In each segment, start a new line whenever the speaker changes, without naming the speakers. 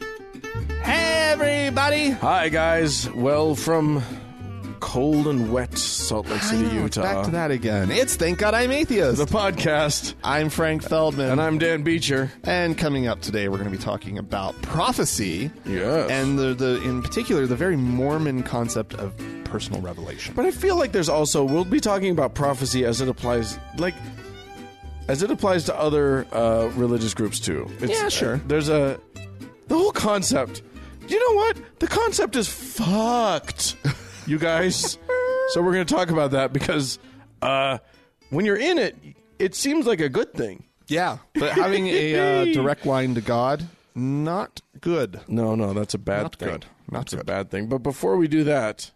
Hey, everybody!
Hi, guys. Well, from cold and wet Salt Lake City,
I know, it's
Utah.
Back to that again. It's Thank God I'm Atheist.
The podcast.
I'm Frank Feldman.
And I'm Dan Beecher.
And coming up today, we're going to be talking about prophecy.
Yes.
And the, the in particular, the very Mormon concept of personal revelation.
But I feel like there's also, we'll be talking about prophecy as it applies, like, as it applies to other uh, religious groups too. It's-
Yeah, sure.
uh, there's a, the whole concept. You know what? The concept is fucked, you guys. so we're going to talk about that because uh, when you're in it, it seems like a good thing.
yeah. But having a uh, direct line to God, not good.
No, no, that's a bad
Not
thing.
good. Not
that's a
good.
bad thing. But before we do that,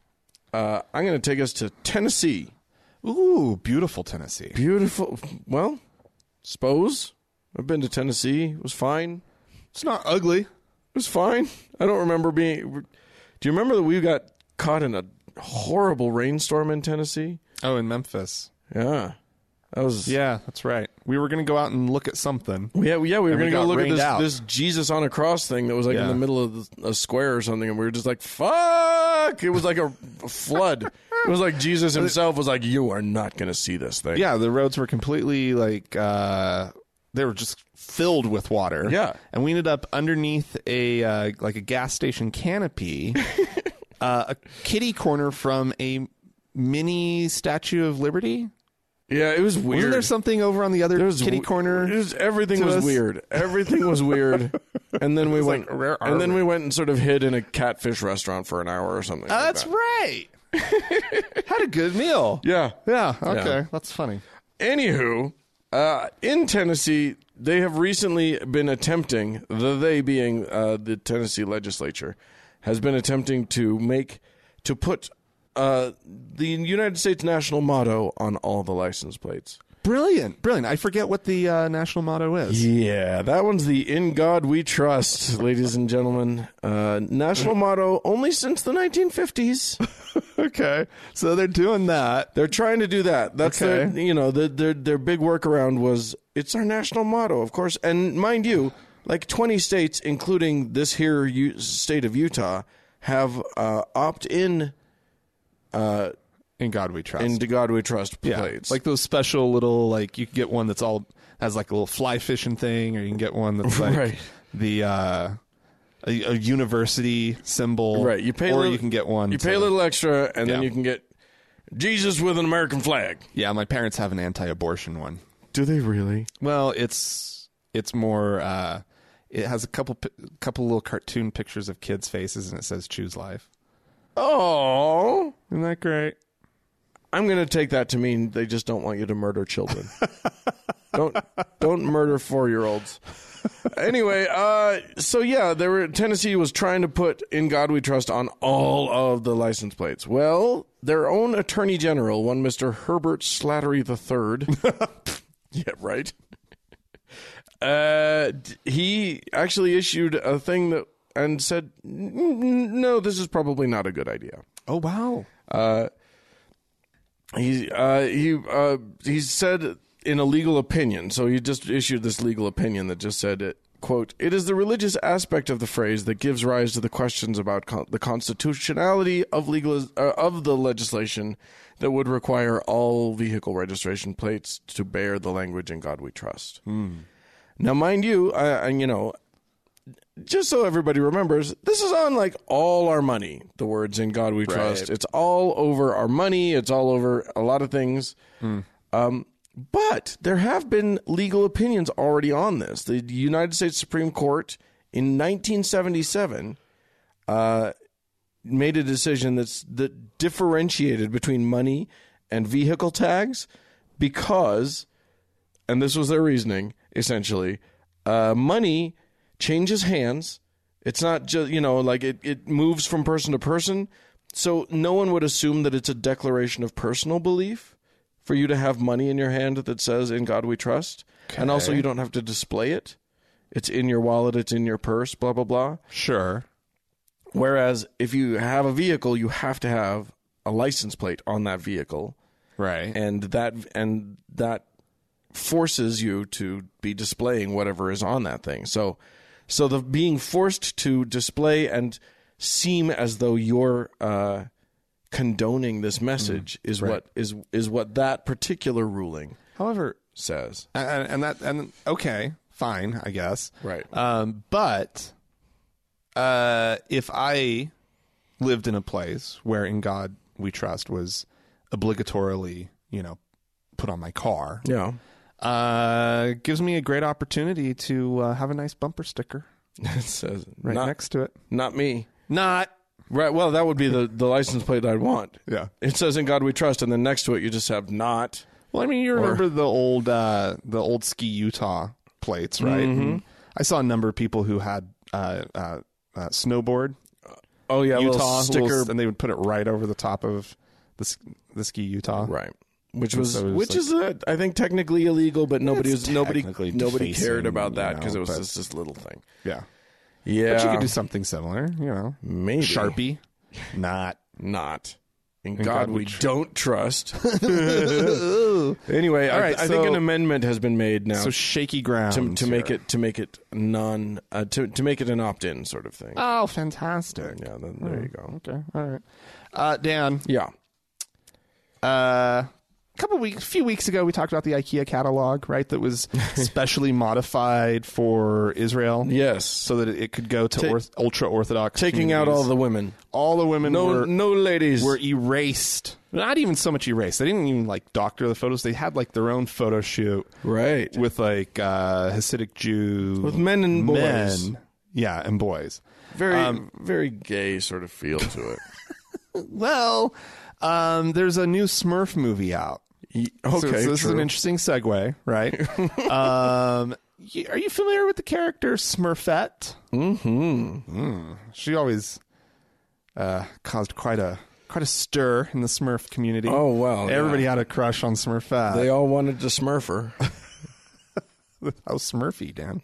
uh, I'm going to take us to Tennessee.
Ooh, beautiful Tennessee.
Beautiful. Well, suppose I've been to Tennessee. It was fine.
It's not ugly.
It was fine. I don't remember being. Do you remember that we got caught in a horrible rainstorm in Tennessee?
Oh, in Memphis.
Yeah, that was.
Yeah, that's right. We were going to go out and look at something.
Yeah, we- yeah, we were
And we
gonna go
got
look at
rained
this,
out.
this Jesus on a cross thing that was like in
Yeah.
the middle of the- a square or something, and we were just like, "Fuck!" It was like a, a flood. It was like Jesus himself was like, "You are not gonna see this thing."
yeah the roads were completely like uh they were just filled with water
Yeah.
and we ended up underneath a uh, like a gas station canopy uh, a kitty corner from a mini statue of liberty
yeah, it was weird.
wasn't there something over on the other
It was
kitty
w-
corner
It was, everything
to
was
us?
weird. Everything was weird. And then we
was
went,
like, where are
and then
we?
we went and sort of hid in a catfish restaurant for an hour or something. like
Oh, Uh, that's
that.
right had a good meal
yeah.
yeah okay that's funny
Anywho, uh, in Tennessee, they have recently been attempting, the they being uh, the Tennessee legislature, has been attempting to make, to put uh, the United States national motto on all the license plates.
brilliant brilliant i forget what the uh, national motto is
Yeah, that one's the In God We Trust, ladies and gentlemen. Uh, national motto only since the 1950s.
okay so they're doing that
They're trying to do that. That's their,
Okay.
you know, their, their their big workaround was it's our national motto, of course. And mind you, like 20 states, including this here U- state of Utah, have uh, opt-in
in god we trust
into God We Trust
yeah.
plates.
Like those special little like you can get one that's all has like a little fly fishing thing, or you can get one that's like
Right.
the uh, a, a university symbol,
right, you pay, a
or
little-
you can get one.
You
to-
pay a little extra, and then
Yeah.
you can get Jesus with an American flag.
Yeah, my parents have an anti-abortion one.
Do they really?
Well, it's it's more. Uh, it has a couple pi- couple little cartoon pictures of kids' faces, and it says "Choose Life."
Oh.
Isn't that great?
I'm going to take that to mean they just don't want you to murder children. don't don't murder four year olds. Anyway, uh, so yeah, there were Tennessee was trying to put "In God We Trust" on all of the license plates. Well, their own attorney general, one Mister Herbert Slattery III, yeah, right. Uh, d- he actually issued a thing that and said, "N- n- "No, this is probably not a good idea."
Oh wow!
He uh, he uh, he said in a legal opinion. So he just issued this legal opinion that just said it. Quote, it is the religious aspect of the phrase that gives rise to the questions about con- the constitutionality of legal uh, of the legislation that would require all vehicle registration plates to bear the language in God we trust. Now, mind you, I, I, you know, just so everybody remembers, this is on like all our money. The words "In God We Trust." It's all over our money. It's all over a lot of things. Um, but there have been legal opinions already on this. The United States Supreme Court in 1977 uh, made a decision that's that differentiated between money and vehicle tags because, and this was their reasoning essentially, uh, money changes hands. It's not just you know like it it moves from person to person, so no one would assume that it's a declaration of personal belief for you to have money in your hand that says "In God We Trust," and also you don't have to display it. It's in your wallet. It's in your purse. Blah blah blah.
Sure.
Whereas if you have a vehicle, you have to have a license plate on that vehicle,
Right.
and that and that forces you to be displaying whatever is on that thing. So, so the being forced to display and seem as though you're uh, condoning this
Mm-hmm.
message is what is is what that particular ruling
However,
says.
and, and that and okay, fine, I guess.
Right.
Um, but uh, if I lived in a place where "In God We Trust" was obligatorily, you know, put on my car,
Yeah.
uh, gives me a great opportunity to uh, have a nice bumper sticker
It says
right
not,
next to it.
not me.
Not.
Right. Well, that would be the, the license plate I'd want.
Yeah.
It says "In God We Trust," and then next to it you just have "Not."
Well, I mean, you remember the old uh, the old ski Utah plates, right? And I saw a number of people who had uh, uh, uh, snowboard
Oh yeah, little
Utah
sticker.
little- and they would put it right over the top of the s- the ski Utah.
right. Which was
so it was
which
like-
is uh, I think technically illegal, but nobody
It's
was nobody
technically
nobody
defacing,
cared about that
you
because
know,
it was
but-
just this little thing.
Yeah.
Yeah,
But you could do something similar, you know.
maybe
Sharpie, not.
Not in, God,
God
we
we tr-
don't trust. anyway, I,
right,
I think
so-
an amendment has been made now
So shaky ground
to, to make
here.
it to make it non uh, to to make it an opt in sort of thing.
Oh, fantastic!
yeah, then, there you go.
Okay, all right. Uh, Dan,
Yeah.
uh, a couple weeks, few weeks ago, we talked about the IKEA catalog, right? That was specially modified for Israel,
Yes.
so that it could go to orth- ultra orthodox.
taking out all the women.
all the women
No,
were
no ladies.
were erased. Not even so much erased. They didn't even like doctor the photos. They had like their own photo shoot
right.
with like uh Hasidic Jew
With men and boys.
men. Yeah, and boys.
very very gay sort of feel to it.
Well, um there's a new Smurf movie out.
Y-
So
okay,
this is
true.
an interesting segue, right? um y- are you familiar with the character Smurfette? Mm-hmm. She always uh caused quite a quite a stir in the Smurf community.
Oh, wow, yeah.
Everybody had a crush on Smurfette.
they all wanted to smurfer.
How Smurfy, Dan.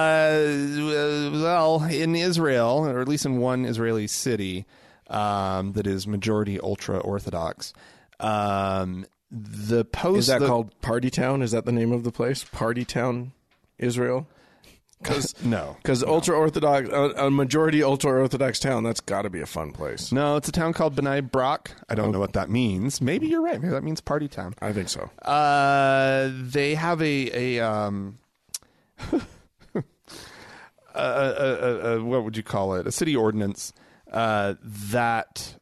Uh, well, in Israel, or at least in one Israeli city um, that is majority ultra Orthodox, um, the post
Is that
the-
called Party Town? Is that the name of the place? Party Town, Israel. Because
No.
ultra orthodox, a, a majority ultra orthodox town. That's got to be a fun place.
No, it's a town called B'nai Brak. I don't know what that means. Maybe you're right. Maybe that means party town.
I think so.
Uh, they have a a um a, a, a, a what would you call it? A city ordinance uh, that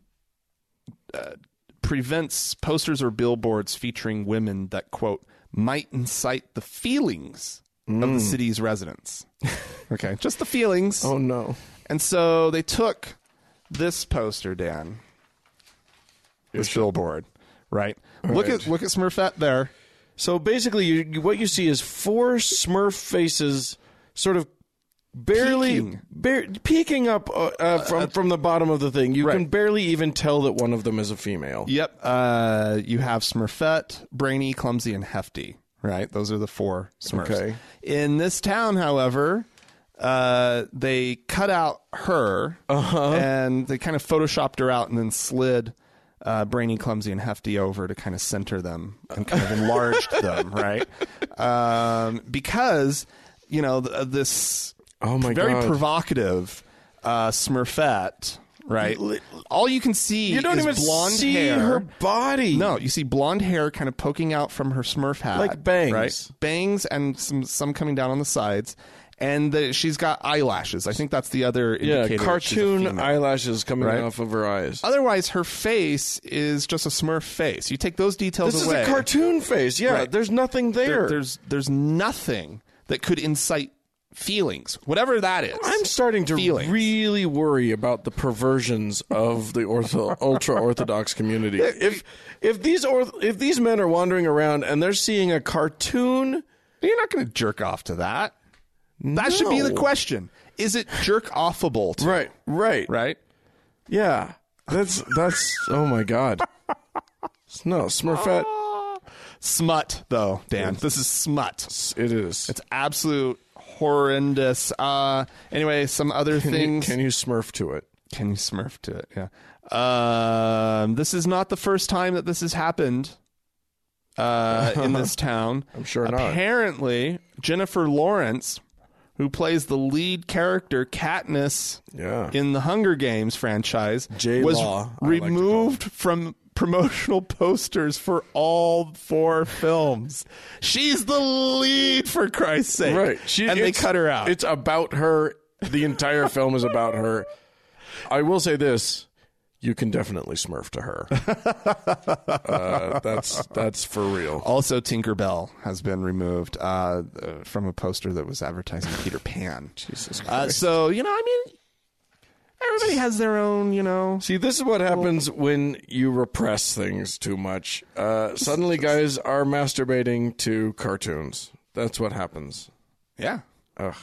uh, prevents posters or billboards featuring women that quote might incite the feelings of the city's residents. okay, just the feelings.
oh no!
And so they took this poster, Dan. This billboard, right? Look at look at Smurfette there.
So basically, you, you- what you see is four Smurf faces, sort of barely
Peeking.
bare- peeking up uh, uh, from from the bottom of the thing. You
right.
can barely even tell that one of them is a female.
Yep. Uh, you have Smurfette, Brainy, Clumsy, and Hefty. Right. Those are the four Smurfs.
Okay.
In this town, however, uh, they cut out her
Uh-huh.
and they kind of photoshopped her out and then slid uh, Brainy, Clumsy, and Hefty over to kind of center them and kind of enlarged them. Right. Um, because you know th- uh, this
Oh my
very
God.
provocative uh, Smurfette. Right.
Li-
All you can see
You don't
is
even
blonde
see
hair.
her body.
No, you see blonde hair kind of poking out from her Smurf hat,
Like bangs.
right? Bangs and some some coming down on the sides, and the, she's got eyelashes. I think that's the other indicator
Yeah,
that she's a
cartoon
female.
eyelashes coming
Right?
off of her eyes.
Otherwise, her face is just a Smurf face. You take those details
This is
away.
a cartoon face. Yeah,
Right.
there's nothing there.
there- there's there's nothing that could incite feelings, whatever that is.
I'm starting to
Feelings.
really worry about the perversions of the ortho, ultra orthodox community. If if these orth, if these men are wandering around and they're seeing a cartoon,
You're not going to jerk off to that. That should be the
No.
question. Is it jerk offable? To,
right, right,
Right.
yeah, that's that's oh my god, no Smurfette,
Smut, though, Dan. This is smut.
it is.
It's absolute horrendous. Uh, anyway, some other
Can you-
things.
can you Smurf to it?
Can you smurf to it? Yeah. Um, this is not the first time that this has happened uh, in this town. I'm
sure not.
Apparently, Jennifer Lawrence, who plays the lead character Katniss
Yeah.
in the Hunger Games franchise, was
J-Law, I like to call
removed from promotional posters for all four films. She's the lead, for Christ's sake.
Right. She,
and they
it's-
cut her out.
It's about her. The entire film is about her. I will say this: you can definitely Smurf to her. uh, that's that's for real.
Also, Tinkerbell has been removed uh, uh, from a poster that was advertising Peter Pan. Jesus Christ. Uh, so, you know, I mean, everybody has their own, you know.
See, this is what happens when you repress things too much. Uh, suddenly, guys are masturbating to cartoons. That's what happens.
Yeah.
Ugh.
Uh,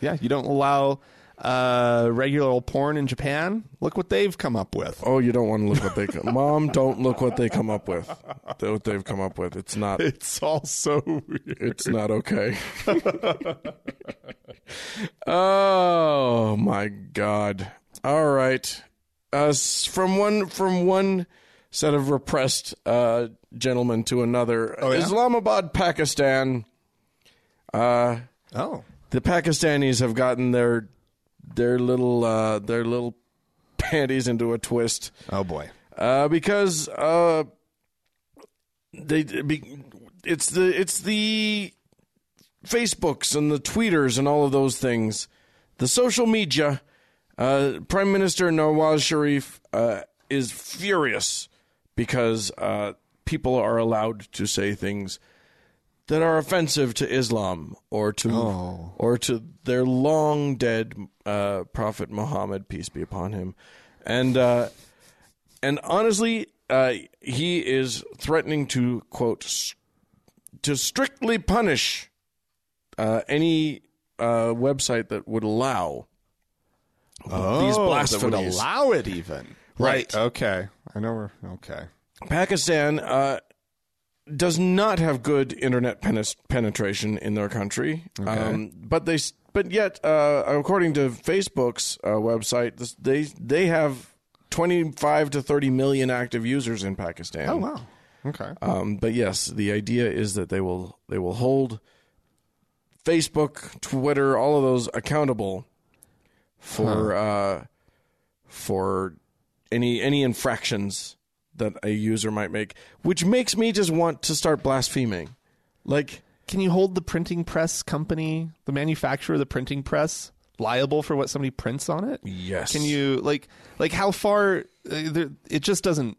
Yeah. You don't allow uh, regular old porn in Japan. Look what they've come up with.
Oh, you don't want to look what they come. Mom, don't look what they come up with. What they've come up with. It's not.
It's all so weird.
It's not okay. oh my god. All right. Uh, s- from one from one set of repressed uh, gentlemen to another.
yeah?
Islamabad, Pakistan. Uh,
Oh.
the Pakistanis have gotten their their little uh, their little panties into a twist
Oh, boy.
uh, because uh, they be, it's the it's the Facebooks and the Tweeters and all of those things, the social media. Uh, Prime Minister Nawaz Sharif uh, is furious because uh, people are allowed to say things that are offensive to Islam or to or to their long dead uh, prophet Muhammad, peace be upon him, and. Uh, and honestly, uh, he is threatening to quote s- to strictly punish uh, any uh, website that would allow these
Oh, that would
blasphemies.
allow it even.
Right.
Okay. I know we're. Okay.
Pakistan uh, does not have good internet penis- penetration in their country, um, but they s- but yet uh, according to Facebook's uh, website, this, they they have twenty five to thirty million active users in Pakistan.
Oh, wow. Okay.
Um, but yes, the idea is that they will they will hold Facebook, Twitter, all of those accountable for uh, for any any infractions that a user might make, which makes me just want to start blaspheming. Like,
Can you hold the printing press company, the manufacturer of the printing press, liable for what somebody prints on it?
Yes.
Can you like like how far uh, there, it just doesn't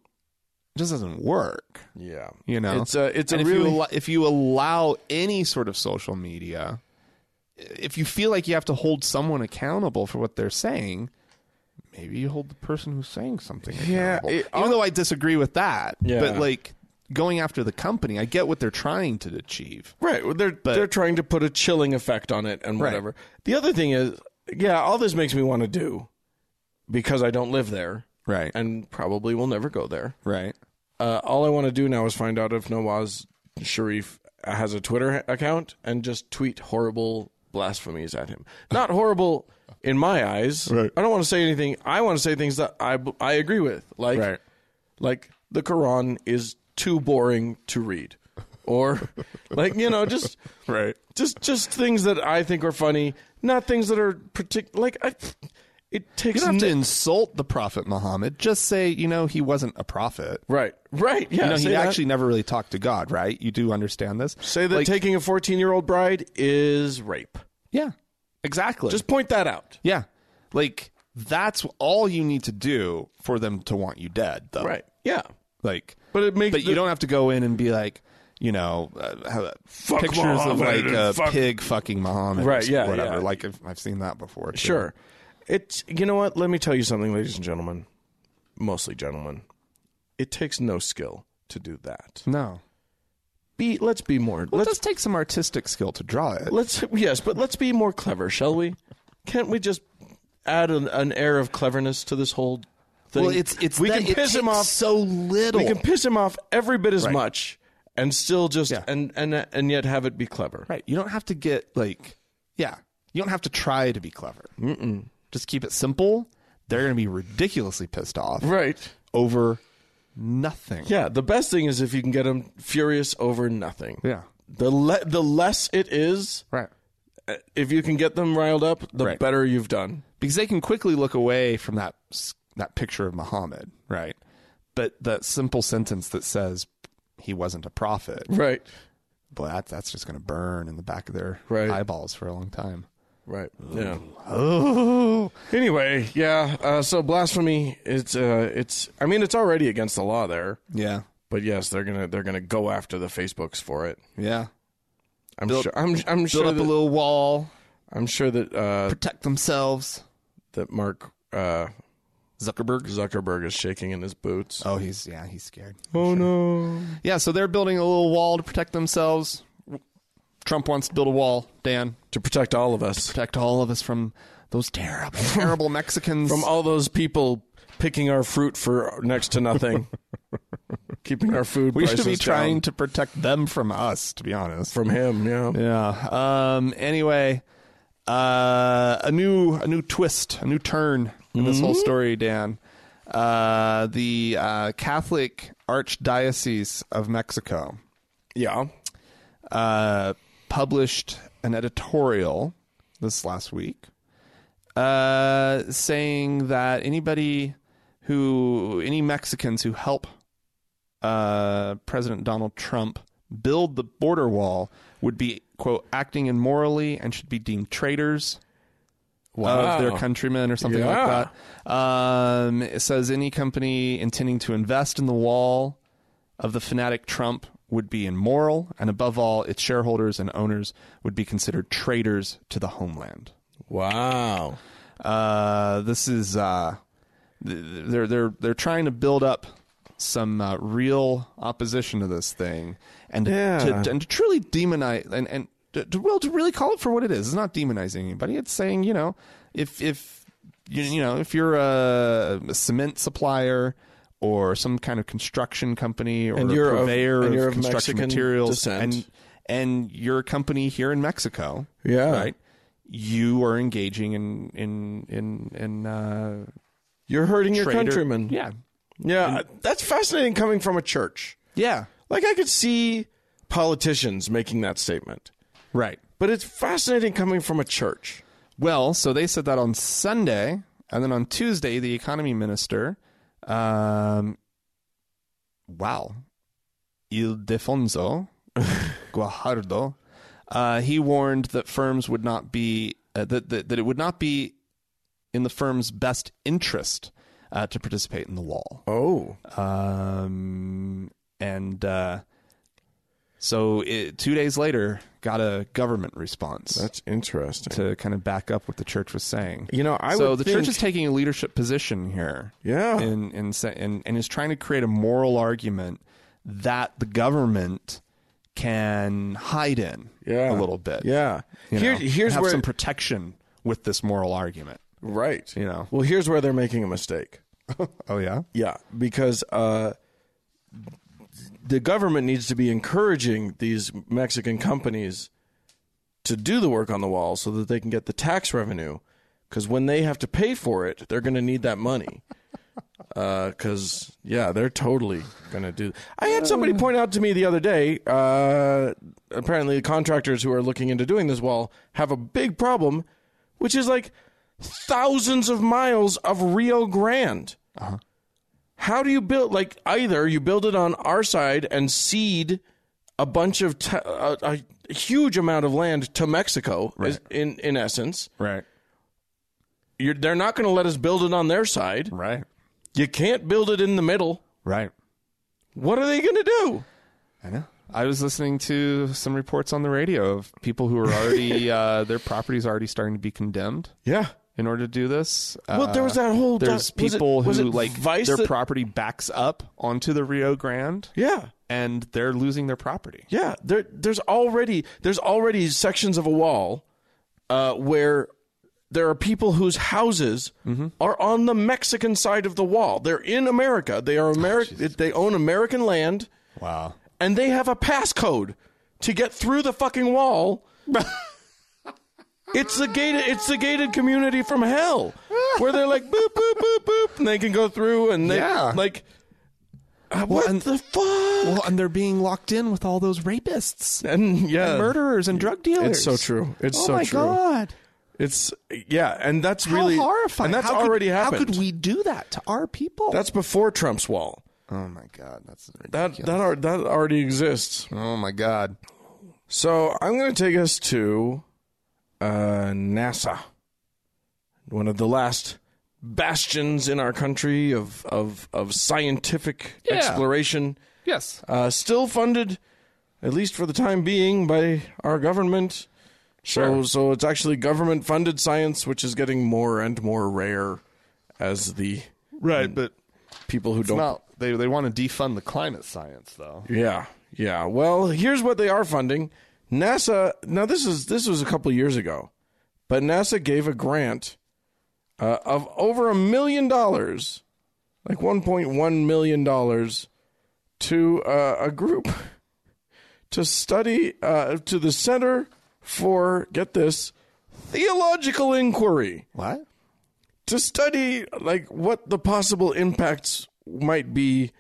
it just doesn't work.
yeah,
You know,
it's a it's a
And if
really
you al- if you allow any sort of social media, if you feel like you have to hold someone accountable for what they're saying, maybe you hold the person who's saying something.
Yeah,
accountable.
it- uh,
even though I disagree with that,
Yeah.
but like going after the company, I get what they're trying to achieve.
Right. Well, they're they're trying to put a chilling effect on it and
Right.
whatever. The other thing is, yeah, all this makes me want to do because I don't live there.
Right.
And probably will never go there.
Right.
Uh, all I want to do now is find out if Nawaz Sharif has a Twitter ha- account and just tweet horrible blasphemies at him. Not horrible in my eyes.
Right.
I don't want to say anything. I want to say things that I b- I agree with. Like
Right.
like the Quran is too boring to read. Or like, you know, just
Right.
just just things that I think are funny, not things that are particular. Like I,
You
it takes
don't have to
n-
insult the Prophet Muhammad. Just say, you know, he wasn't a prophet.
right, right, yeah.
You know,
say
he
that.
actually never really talked to God, right? You do understand this?
say that
Like-
taking a fourteen-year-old bride is rape.
Yeah, exactly.
Just point that out.
yeah, like that's all you need to do for them to want you dead, though.
Right. Yeah.
Like,
But it makes
but
the-
you don't have to go in and be like, you know, uh, how-
Fuck
pictures of
Muhammad
like
and
a
fuck-
pig fucking Muhammad, or
Right, yeah,
whatever.
yeah.
Like I've, I've seen that before. too.
Sure. It's you know what? Let me tell you something, ladies and gentlemen. Mostly gentlemen. It takes no skill to do that.
No.
Be let's be more.
Well, it
let's
does take some artistic skill to draw it.
let's yes, but let's be more clever, shall we? Can't we just add an, an air of cleverness to this whole thing?
Well, it's it's
we
that-
can
it
piss him
takes
off
so little.
We can piss him off every bit as
Right.
much and still just
Yeah.
and and and yet have it be clever.
Right. You don't have to get like, yeah, you don't have to try to be clever. Mm-mm. Just keep it simple. They're going to be ridiculously pissed off
Right.
over nothing.
Yeah, the best thing is if you can get them furious over nothing.
Yeah.
The le- the less it is,
Right.
uh, if you can get them riled up, the
Right.
better you've done.
Because they can quickly look away from that s- that picture of Muhammad, right? But that simple sentence that says he wasn't a prophet,
Right.
boy, that, that's just going to burn in the back of their
Right.
eyeballs for a long time.
Right. Yeah.
Oh.
Anyway, yeah. Uh, so blasphemy. It's uh, it's. I mean, it's already against the law there.
Yeah.
But yes, they're gonna they're gonna go after the Facebooks for it.
Yeah.
I'm
Build-
sure. I'm I'm
Build
sure.
up
That,
a little wall,
I'm sure that uh,
protect themselves.
that Mark uh,
Zuckerberg.
Zuckerberg is shaking in his boots.
Oh, he's yeah, he's scared.
Oh no!
Yeah, so they're building a little wall to protect themselves. Trump wants to build a wall, Dan,
To protect all of us
protect all of us from those terrible, terrible Mexicans.
from all those people picking our fruit for next to nothing, keeping our food.
we
prices
should be trying
down
to protect them from us, to be honest.
from him. Yeah.
yeah. Um. Anyway, uh, a new a new twist, a new turn in this
Mm-hmm.
whole story, Dan. Uh, the uh, Catholic Archdiocese of Mexico
Yeah.
uh, published an editorial this last week uh, saying that anybody who, any Mexicans who help uh, President Donald Trump build the border wall would be, quote, acting immorally and should be deemed traitors of their countrymen or something
Yeah.
like that. Um, it says any company intending to invest in the wall of the fanatic Trump would be immoral, and above all, its shareholders and owners would be considered traitors to the homeland.
Wow.
Uh, this is uh, th- they're they're they're trying to build up some uh, real opposition to this thing, and to-
Yeah.
to, and to truly demonize and and to, to, well to really call it for what it is. It's not demonizing anybody. It's saying you know if if you, you know if you're a, cement supplier. Or some kind of construction company, or
And
a
you're of-
purveyor
and
of,
you're of
construction
Mexican
materials,
descent.
and and your company here in Mexico,
Yeah.
right? You are engaging in in in in uh,
You're hurting your
traitor-
countrymen.
Yeah,
Yeah. that's fascinating coming from a church.
yeah,
Like I could see politicians making that statement,
right.
but it's fascinating coming from a church.
Well, so they said that on Sunday, and then on Tuesday, the economy minister, um, wow, Ildefonso Guajardo, uh, he warned that firms would not be uh, that, that that it would not be in the firm's best interest uh, to participate in the wall.
Oh.
Um, and uh, so it, two days later, got a government response
That's interesting.
to kind of back up what the church was saying.
You know, I
so
would
the
think-
church is taking a leadership position here.
Yeah.
in in, sa- in and is trying to create a moral argument that the government can hide in
yeah.
a little bit.
Yeah.
you
Here-
know,
here's
have
where
some protection with this moral argument.
right.
You know.
Well, here's where they're making a mistake.
Oh yeah,
Yeah, because uh, the government needs to be encouraging these Mexican companies to do the work on the wall so that they can get the tax revenue. Because when they have to pay for it, they're going to need that money. Because yeah, they're totally going to do. I had somebody point out to me the other day. Uh, apparently, the contractors who are looking into doing this wall have a big problem, which is like thousands of miles of Rio Grande. How do you build? Like either you build it on our side and cede a bunch of t- a, a huge amount of land to Mexico, is- in in essence,
right,
You're, they're not going to let us build it on their side.
right,
You can't build it in the middle.
right.
What are they going to do?
I know. I was listening to some reports on the radio of people who are already uh, their properties already starting to be condemned
Yeah.
in order to do this. Uh,
Well, there was that whole doc-
There's
was it-
people
was
who
it
like
Vice
their
that-
property backs up onto the Rio Grande,
Yeah.
and they're losing their property.
Yeah, there, there's already there's already sections of a wall uh, where there are people whose houses are on the Mexican side of the wall. They're in America. They are American. they own American land,
Wow.
and they have a passcode to get through the fucking wall. it's the gated. It's the gated community from hell, where they're like boop boop boop boop, and they can go through, and they
Yeah.
like. uh, what
and-
the fuck?
Well, and they're being locked in with all those rapists
And yeah,
and murderers and drug dealers.
It's so true. It's
oh
so
my
true.
god.
It's yeah, and that's
How
really
horrifying.
And that's
How could-
already happened.
How could we do that to our people?
That's before Trump's wall.
oh my god. That's
That that are, that already exists.
oh my god.
So I'm going to take us to uh, NASA, one of the last bastions in our country of of of scientific
Yeah.
exploration.
Yes.
Uh, still funded, at least for the time being, by our government. So, so it's actually government funded science, which is getting more and more rare as the
Right, but
people who don't.
well, they they want to defund the climate science though.
yeah, yeah. Well, here's what they are funding: NASA. Now, this is this was a couple years ago, but NASA gave a grant uh, of over a million dollars, like 1.1 million dollars, to uh, a group to study uh, to the Center for get this theological inquiry.
What?
to study like what the possible impacts might be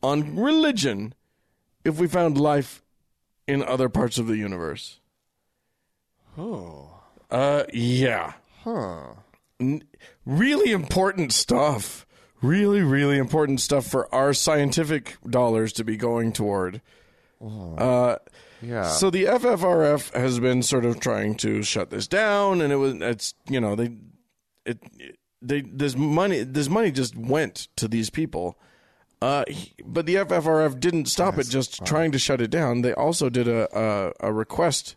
on religion if we found life in other parts of the universe. Oh. Uh yeah. Huh. really important stuff. Really really important stuff for our scientific dollars to be going toward. Uh
Yeah.
so the FFRF has been sort of trying to shut this down, and it was it's you know they it, it they this money this money just went to these people. Uh, he- but the FFRF didn't stop at just trying to shut it down. They also did a a, a request,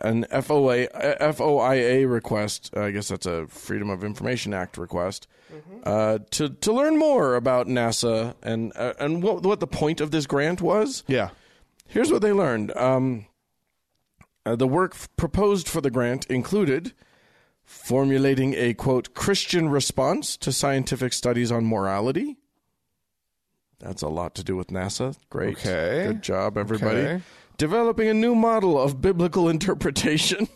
an FOA a FOIA request. I guess that's a Freedom of Information Act request uh, to to learn more about NASA and uh, and what what the point of this grant was.
yeah.
Here's what they learned. Um, uh, the work f- proposed for the grant included formulating a quote Christian response to scientific studies on morality. That's a lot to do with NASA. Great.
Okay.
Good job, everybody.
Okay.
Developing a new model of biblical interpretation.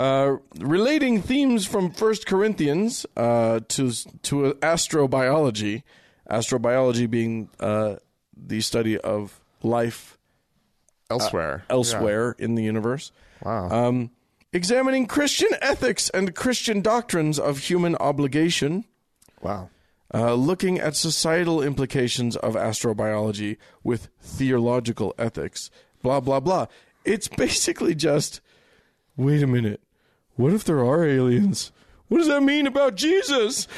Uh, relating themes from First Corinthians uh, to to astrobiology, astrobiology being uh, the study of life
Uh, Elsewhere. Uh,
elsewhere in the universe. Wow. Um, examining Christian ethics and Christian doctrines of human obligation,
wow.
uh, looking at societal implications of astrobiology with theological ethics, blah, blah, blah. It's basically just wait a minute. What if there are aliens? What does that mean about Jesus?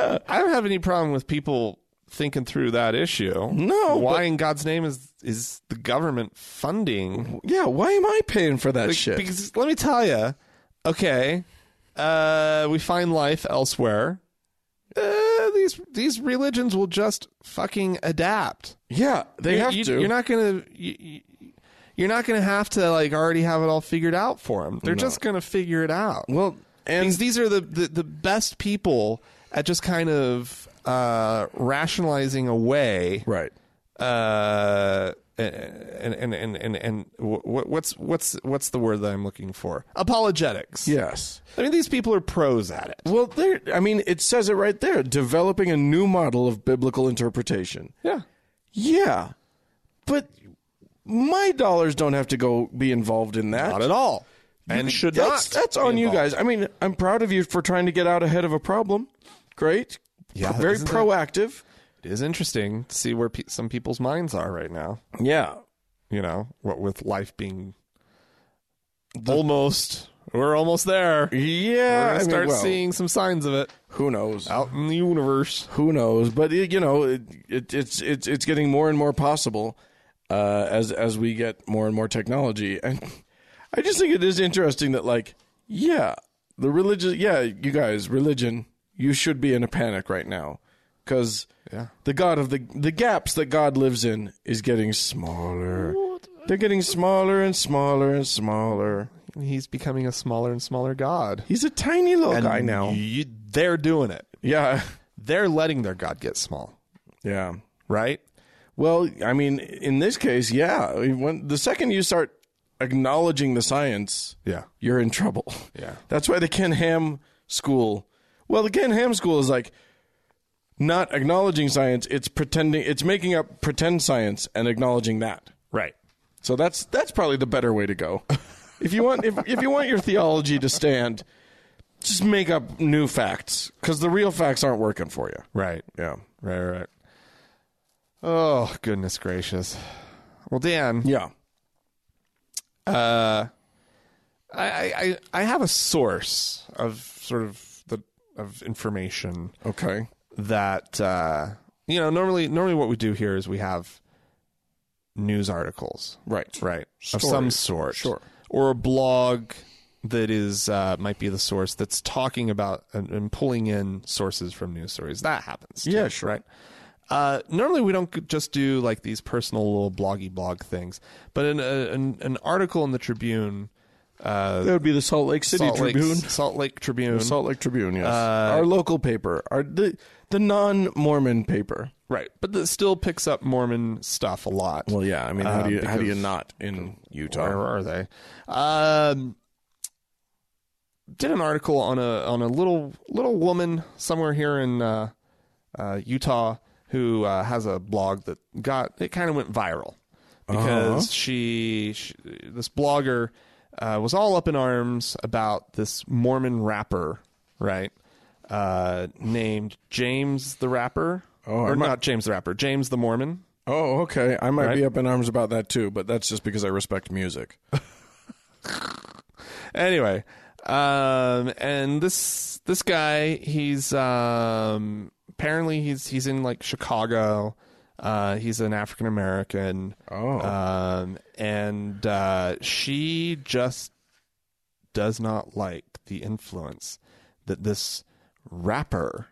Ah!
I don't have any problem with people thinking through that issue.
No,
Why in God's name is is the government funding
Yeah, why am I paying for that
Like,
shit?
Because let me tell you, okay, uh, we find life elsewhere. Uh, these these religions will just fucking adapt.
yeah, they
You-
have
you,
to.
You're not gonna. You, you, you're not going to have to like already have it all figured out for them. They're just going to figure it out.
well, and
Because these are the, the, the best people at just kind of uh, rationalizing away
right.
uh, and and and and, and wh- wh- what's what's what's the word that I'm looking for? Apologetics.
Yes.
I mean these people are pros at it.
Well, there. I mean, it says it right there. Developing a new model of biblical interpretation.
Yeah.
Yeah, but my dollars don't have to go be involved in that.
Not at all. And should
that's,
not.
That's
be
on you
involved.
guys. I mean, I'm proud of you for trying to get out ahead of a problem. Great.
Yeah,
Very
isn't that-
proactive.
It is interesting to see where pe- some people's minds are right now.
Yeah.
You know, what with life being almost, we're almost there. We're
Yeah.
gonna
I mean,
start
well,
seeing some signs of it
Who knows?
out in the universe.
Who knows? But it, you know, it, it, it's it's it's getting more and more possible. uh, as as we get more and more technology. And I just think it is interesting that like yeah, the religious yeah, you guys, religion, you should be in a panic right now cuz the god of the the gaps that God lives in is getting smaller. They're getting smaller and smaller and smaller.
He's becoming a smaller and smaller god.
He's a tiny little guy now.
You, they're doing it.
yeah.
They're letting their god get small,
Yeah.
right?
Well, I mean, in this case, yeah. I mean, When the second you start acknowledging the science,
Yeah.
you're in trouble.
Yeah.
That's why the Ken Ham school. Well, the Ken Ham school is like not acknowledging science, it's pretending it's making up pretend science and acknowledging that.
Right.
So that's that's probably the better way to go. if you want if, if you want your theology to stand, just make up new facts cuz the real facts aren't working for you.
Right.
Yeah.
Right, right. Oh, goodness gracious. Well, Dan,
Yeah.
I, I, I- I have a source of sort of the of information
Okay.
that uh, you know normally normally what we do here is we have news articles
Right.
right of
Stories.
some sort
Sure.
or a blog that is uh, might be the source that's talking about and, and pulling in sources from news stories that happens too,
Yeah, sure.
right uh, normally we don't g- just do like these personal little bloggy blog things but in a, an, an article in the tribune
That would be the Salt Lake City
salt,
Tribune. Uh,
Lake, salt lake tribune
Salt Lake Tribune, yes. our local paper, our the the non-Mormon paper.
right but that still picks up mormon stuff a lot
Well, yeah. I mean, how
Uh,
do you how do you
because-
not in
Where
Utah?
are they? Um, did an article on a on a little little woman somewhere here in uh, uh, Utah who uh, has a blog that got it kind of went viral
Uh-huh.
because she, she this blogger uh, was all up in arms about this Mormon rapper, right? Uh, named James the Rapper,
Oh, I
or
might-
not James the Rapper, James the Mormon.
Oh, okay. I might
Right.
be up in arms about that too, but that's just because I respect music.
anyway um and this this guy he's um apparently he's he's in like chicago uh he's an african american
Oh.
um and uh she just does not like the influence that this rapper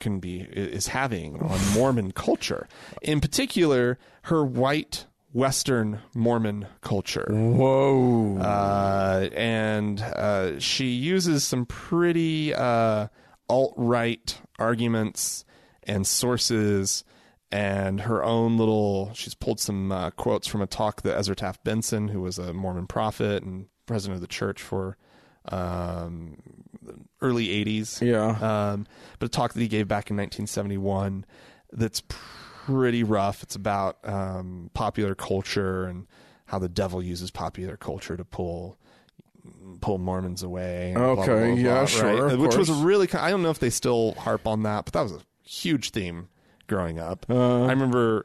can be i- is having on mormon culture in particular her white western mormon culture
Whoa.
uh, and uh, she uses some pretty uh, alt right arguments and sources and her own little. She's pulled some uh, quotes from a talk that Ezra Taft Benson, who was a Mormon prophet and president of the church for um, early 80s.
Yeah.
Um, but a talk that he gave back in 1971 that's pretty rough. It's about um, popular culture and how the devil uses popular culture to pull pull Mormons away. and blah, blah,
Okay,
blah,
yeah,
blah,
sure, of
Which was
course.
a really ki- I don't know if they still harp on that, but that was a huge theme growing up.
Uh.
I remember,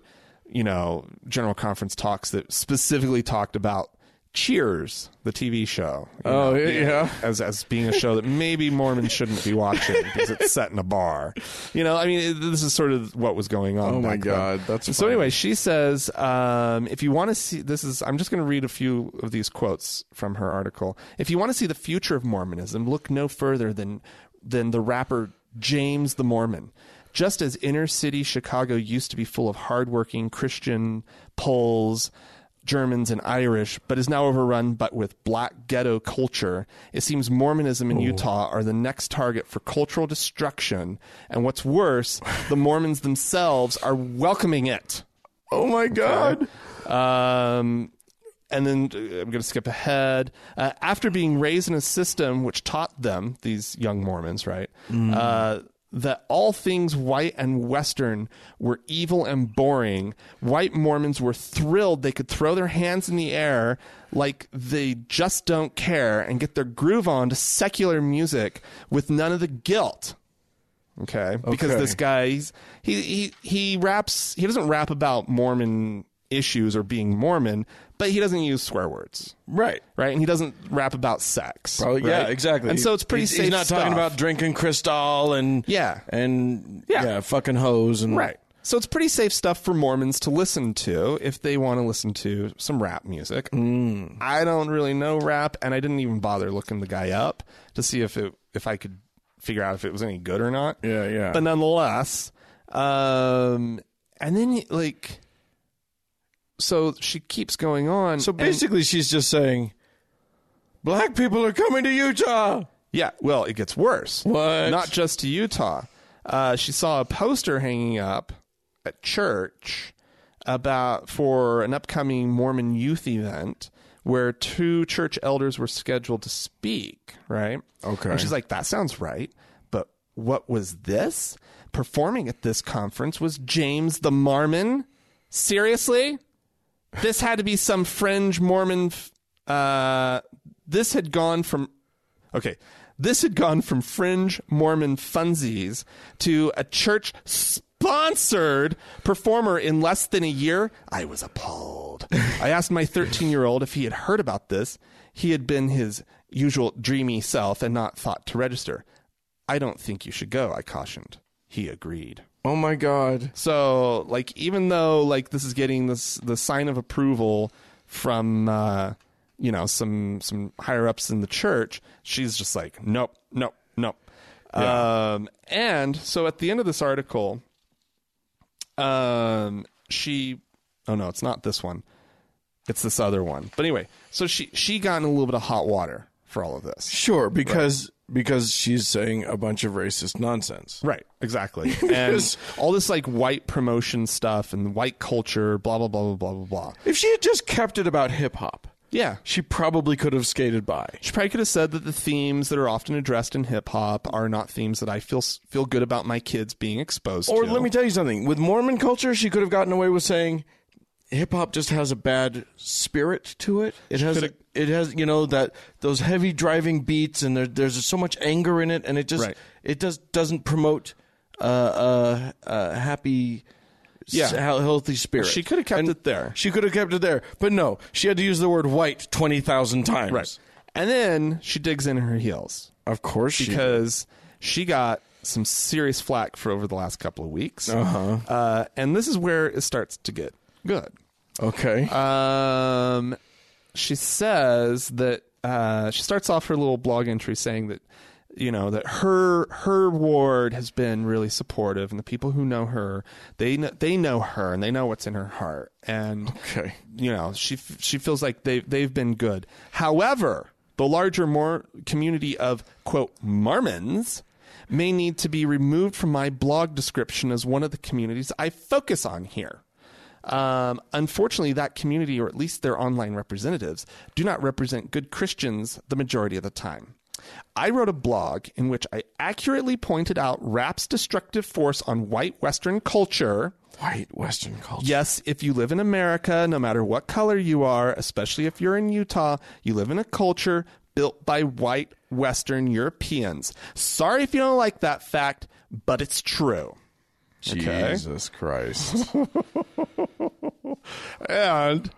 you know, general conference talks that specifically talked about Cheers, the TV show. you
Oh,
know,
yeah, yeah.
as as being a show that maybe Mormons shouldn't be watching because it's set in a bar. You know, I mean, it- this is sort of what was going on.
Oh my
back then.
God, that's
so.
funny.
Anyway, she says, um, if you want to see this is, I'm just going to read a few of these quotes from her article. If you want to see the future of Mormonism, look no further than than the rapper James the Mormon. Just as inner city Chicago used to be full of hardworking Christian Poles. Germans and Irish, but is now overrun but with black ghetto culture. It seems Mormonism in Utah are the next target for cultural destruction, and what's worse, the Mormons themselves are welcoming it.
oh my god.
Um, and then uh, I'm going to skip ahead. Uh, after being raised in a system which taught them, these young Mormons, right, uh, that all things white and Western were evil and boring, white Mormons were thrilled they could throw their hands in the air like they just don't care and get their groove on to secular music with none of the guilt. Okay. Because
Okay.
this guy, he's, he, he, he raps, he doesn't rap about Mormon issues or being Mormon, but he doesn't use swear words.
Right.
Right. And he doesn't rap about sex.
Oh yeah,
right?
exactly.
And so it's pretty
he's,
safe
He's not talking
stuff.
about drinking crystal and
Yeah.
and
Yeah.
yeah, fucking hose and
Right. So it's pretty safe stuff for Mormons to listen to if they want to listen to some rap music.
Hmm.
I don't really know rap, and I didn't even bother looking the guy up to see if it if I could figure out if it was any good or not.
Yeah, yeah.
But nonetheless, um, and then like, so she keeps going on.
So
and-
basically, she's just saying, black people are coming to Utah.
Yeah, well, it gets worse.
What?
Not just to Utah. Uh, she saw a poster hanging up at church about for an upcoming Mormon youth event where two church elders were scheduled to speak, right?
Okay.
And she's like, that sounds right, but what was this? Performing at this conference was James the Mormon? Seriously? this had to be some fringe Mormon. F- uh, this had gone from, okay, this had gone from fringe Mormon funsies to a church sponsored performer in less than a year. I was appalled. I asked my 13 year old if he had heard about this. He had been his usual dreamy self and not thought to register. I don't think you should go, I cautioned. He agreed.
Oh my God.
So like even though like this is getting this the sign of approval from uh you know some some higher ups in the church, she's just like nope, nope, nope. Um and so at the end of this article um she oh no, it's not this one. It's this other one. But anyway, so she she got in a little bit of hot water for all of this.
Sure, because because she's saying a bunch of racist nonsense.
Right, exactly. and all this like white promotion stuff and white culture, blah blah blah blah blah blah blah.
If she had just kept it about hip hop,
Yeah.
she probably could have skated by.
She probably could have said that the themes that are often addressed in hip hop are not themes that I feel feel good about my kids being exposed
Or
to.
let me tell you something. With Mormon culture, she could have gotten away with saying hip hop just has a bad spirit to it. It has
could've-
it has you know that those heavy driving beats and there, there's so much anger in it, and it just
Right.
it just doesn't promote uh, uh, uh, happy. s-
Yeah.
he- healthy spirit.
She could have kept
And
it there.
She could have kept it there, but no, she had to use the word white twenty thousand times.
right. And then she digs in her heels
Of course, she did.
because she got some serious flack for over the last couple of weeks. Uh-huh. and this is where it starts to get good.
Okay.
Uh, Um, she says that uh, she starts off her little blog entry saying that you know that her her ward has been really supportive, and the people who know her they know, they know her and they know what's in her heart, and
okay.
you know she f- she feels like they they've been good. However, the larger more community of quote Mormons may need to be removed from my blog description as one of the communities I focus on here. Um, unfortunately, that community, or at least their online representatives, do not represent good Christians the majority of the time. I wrote a blog in which I accurately pointed out rap's destructive force on white Western culture.
White Western culture.
Yes, if you live in America, no matter what color you are, especially if you're in Utah, you live in a culture built by white Western Europeans. Sorry if you don't like that fact, but it's true.
Jesus Christ.
and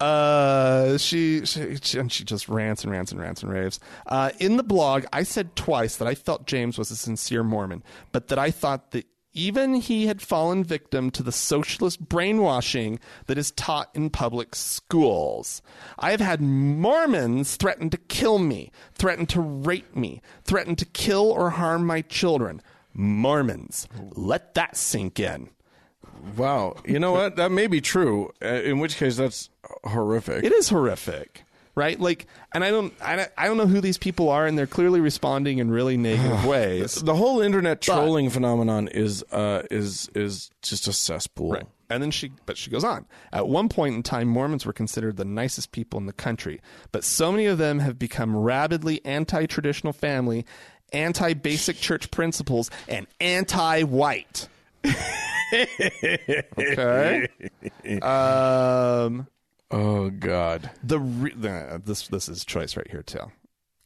uh, she, she, she and she just rants and rants and rants and raves. Uh, in the blog, I said twice that I felt James was a sincere Mormon, but that I thought that even he had fallen victim to the socialist brainwashing that is taught in public schools. I have had Mormons threaten to kill me, threaten to rape me, threaten to kill or harm my children. Mormons. Let that sink in.
Wow. You know what? That may be true. uh, In which case, that's horrific.
it is horrific right like and i don't i don't- I don't know who these people are and they're clearly responding in really negative ways
the whole internet trolling phenomenon is uh, is is just a cesspool.
Right. and then she but she goes on at one point in time mormons were considered the nicest people in the country but so many of them have become rabidly anti-traditional family anti-basic church principles and anti-white okay um
Oh God.
the re- uh, this this is choice right here too.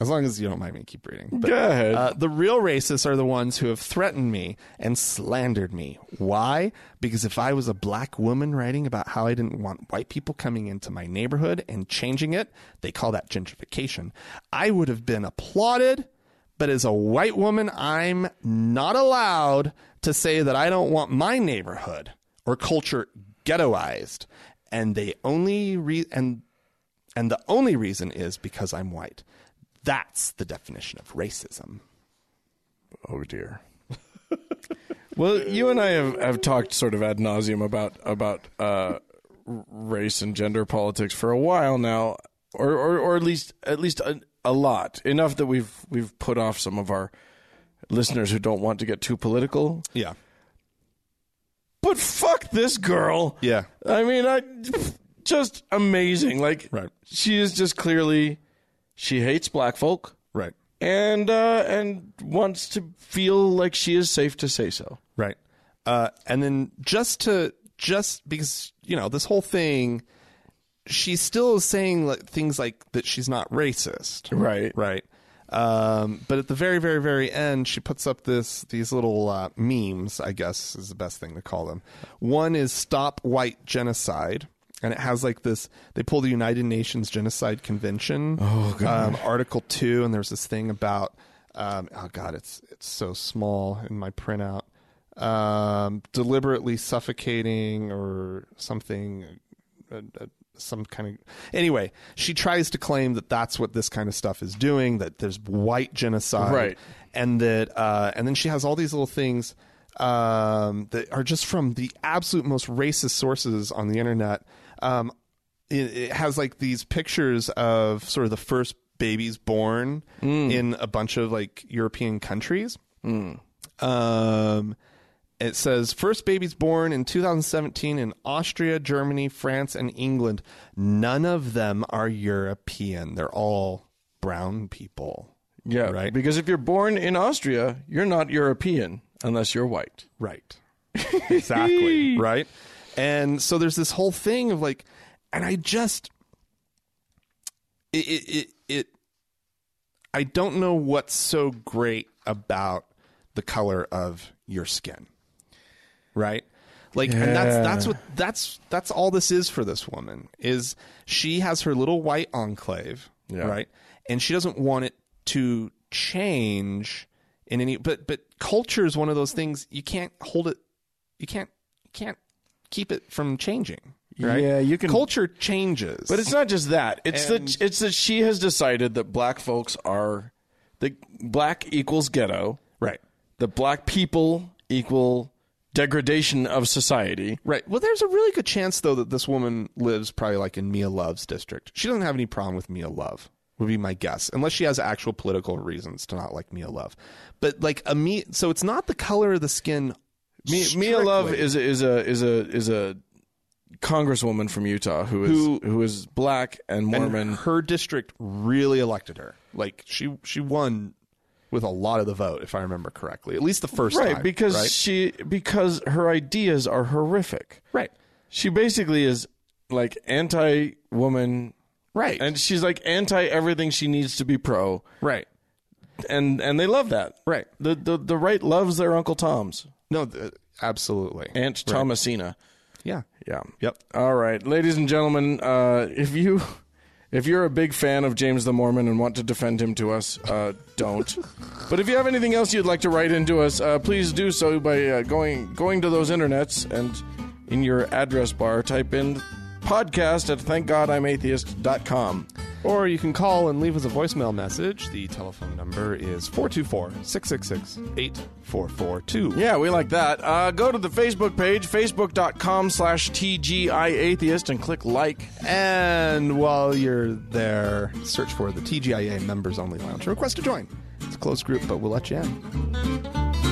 As long as you don't mind me keep reading. But,
Go ahead.
Uh, the real racists are the ones who have threatened me and slandered me. Why? Because if I was a black woman writing about how I didn't want white people coming into my neighborhood and changing it, they call that gentrification. I would have been applauded. But as a white woman, I'm not allowed to say that I don't want my neighborhood. or culture ghettoized, and they only re- and and the only reason is because I'm white. That's the definition of racism.
Oh dear. well, you and I have, have talked sort of ad nauseum about about uh, r- race and gender politics for a while now, or or, or at least at least a, a lot enough that we've we've put off some of our listeners who don't want to get too political.
Yeah.
But fuck this girl.
Yeah.
I mean, I just amazing. Like,
Right.
she is just clearly she hates black folk
Right.
and uh, and wants to feel like she is safe to say so.
Right. Uh, and then just to just because you know this whole thing, she's still saying like, things like that she's not racist.
Right.
Right. Um, but at the very, very, very end, she puts up this these little uh, memes. I guess is the best thing to call them. One is "Stop White Genocide," and it has like this. They pull the United Nations Genocide Convention, oh, God. Um, Article Two, and there's this thing about. Um, oh God, it's it's so small in my printout. Um, deliberately suffocating or something a, a- some kind of anyway she tries to claim that that's what this kind of stuff is doing that there's white genocide
Right.
and that uh, and then she has all these little things um, that are just from the absolute most racist sources on the internet um, it, it has like these pictures of sort of the first babies born in a bunch of like european countries um, it says first babies born in 2017 in Austria, Germany, France, and England. None of them are European. They're all brown people.
Yeah.
Right.
Because if you're born in Austria, you're not European unless you're white.
Right. Exactly. right. And so there's this whole thing of like, and I just, it, it, it, it I don't know what's so great about the color of your skin. Right? Like and that's that's what that's that's all this is for this woman is she has her little white enclave,
Yeah.
right? And she doesn't want it to change in any but but culture is one of those things you can't hold it you can't you can't keep it from changing, right?
Yeah, you can-
Culture changes.
But it's not just that. It's
And-
that it's that she has decided that black folks are that black equals ghetto.
right.
That black people equal degradation of society.
Right. Well, there's a really good chance though that this woman lives probably like in Mia Love's district. She doesn't have any problem with Mia Love. Would be my guess, unless she has actual political reasons to not like Mia Love. But like a me, so it's not the color of the skin.
Mia, Mia
strictly.
Love is a, is a is a is a congresswoman from Utah who is
Who-
who is black and
And
Mormon.
her district really elected her. Like she she won with a lot of the vote, if I remember correctly. At least the first
right
time,
because
right?
she because her ideas are horrific
right,
she basically is like anti woman
right,
and she's like anti everything she needs to be pro
right,
and and they love that
right.
the the, the right loves their uncle tom's
No, th- absolutely.
aunt thomasina
yeah.
yeah
Yep.
all right ladies and gentlemen uh if you if you're a big fan of James the Mormon and want to defend him to us, uh, don't. but if you have anything else you'd like to write into us, uh, please do so by uh, going going to those internets and in your address bar type in podcast at thankgodimatheist.com.
Or you can call and leave us a voicemail message. The telephone number is 424 666 8442.
Yeah, we like that. Uh, go to the Facebook page, facebook.com slash TGI Atheist, and click like.
And while you're there, search for the TGIA Members Only Lounge. Request to join. It's a closed group, but we'll let you in.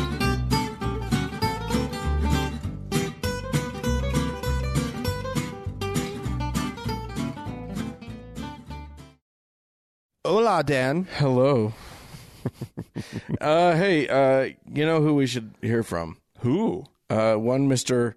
Hola, Dan.
Hello. uh, hey, uh, you know who we should hear from?
Who?
Uh, one Mr.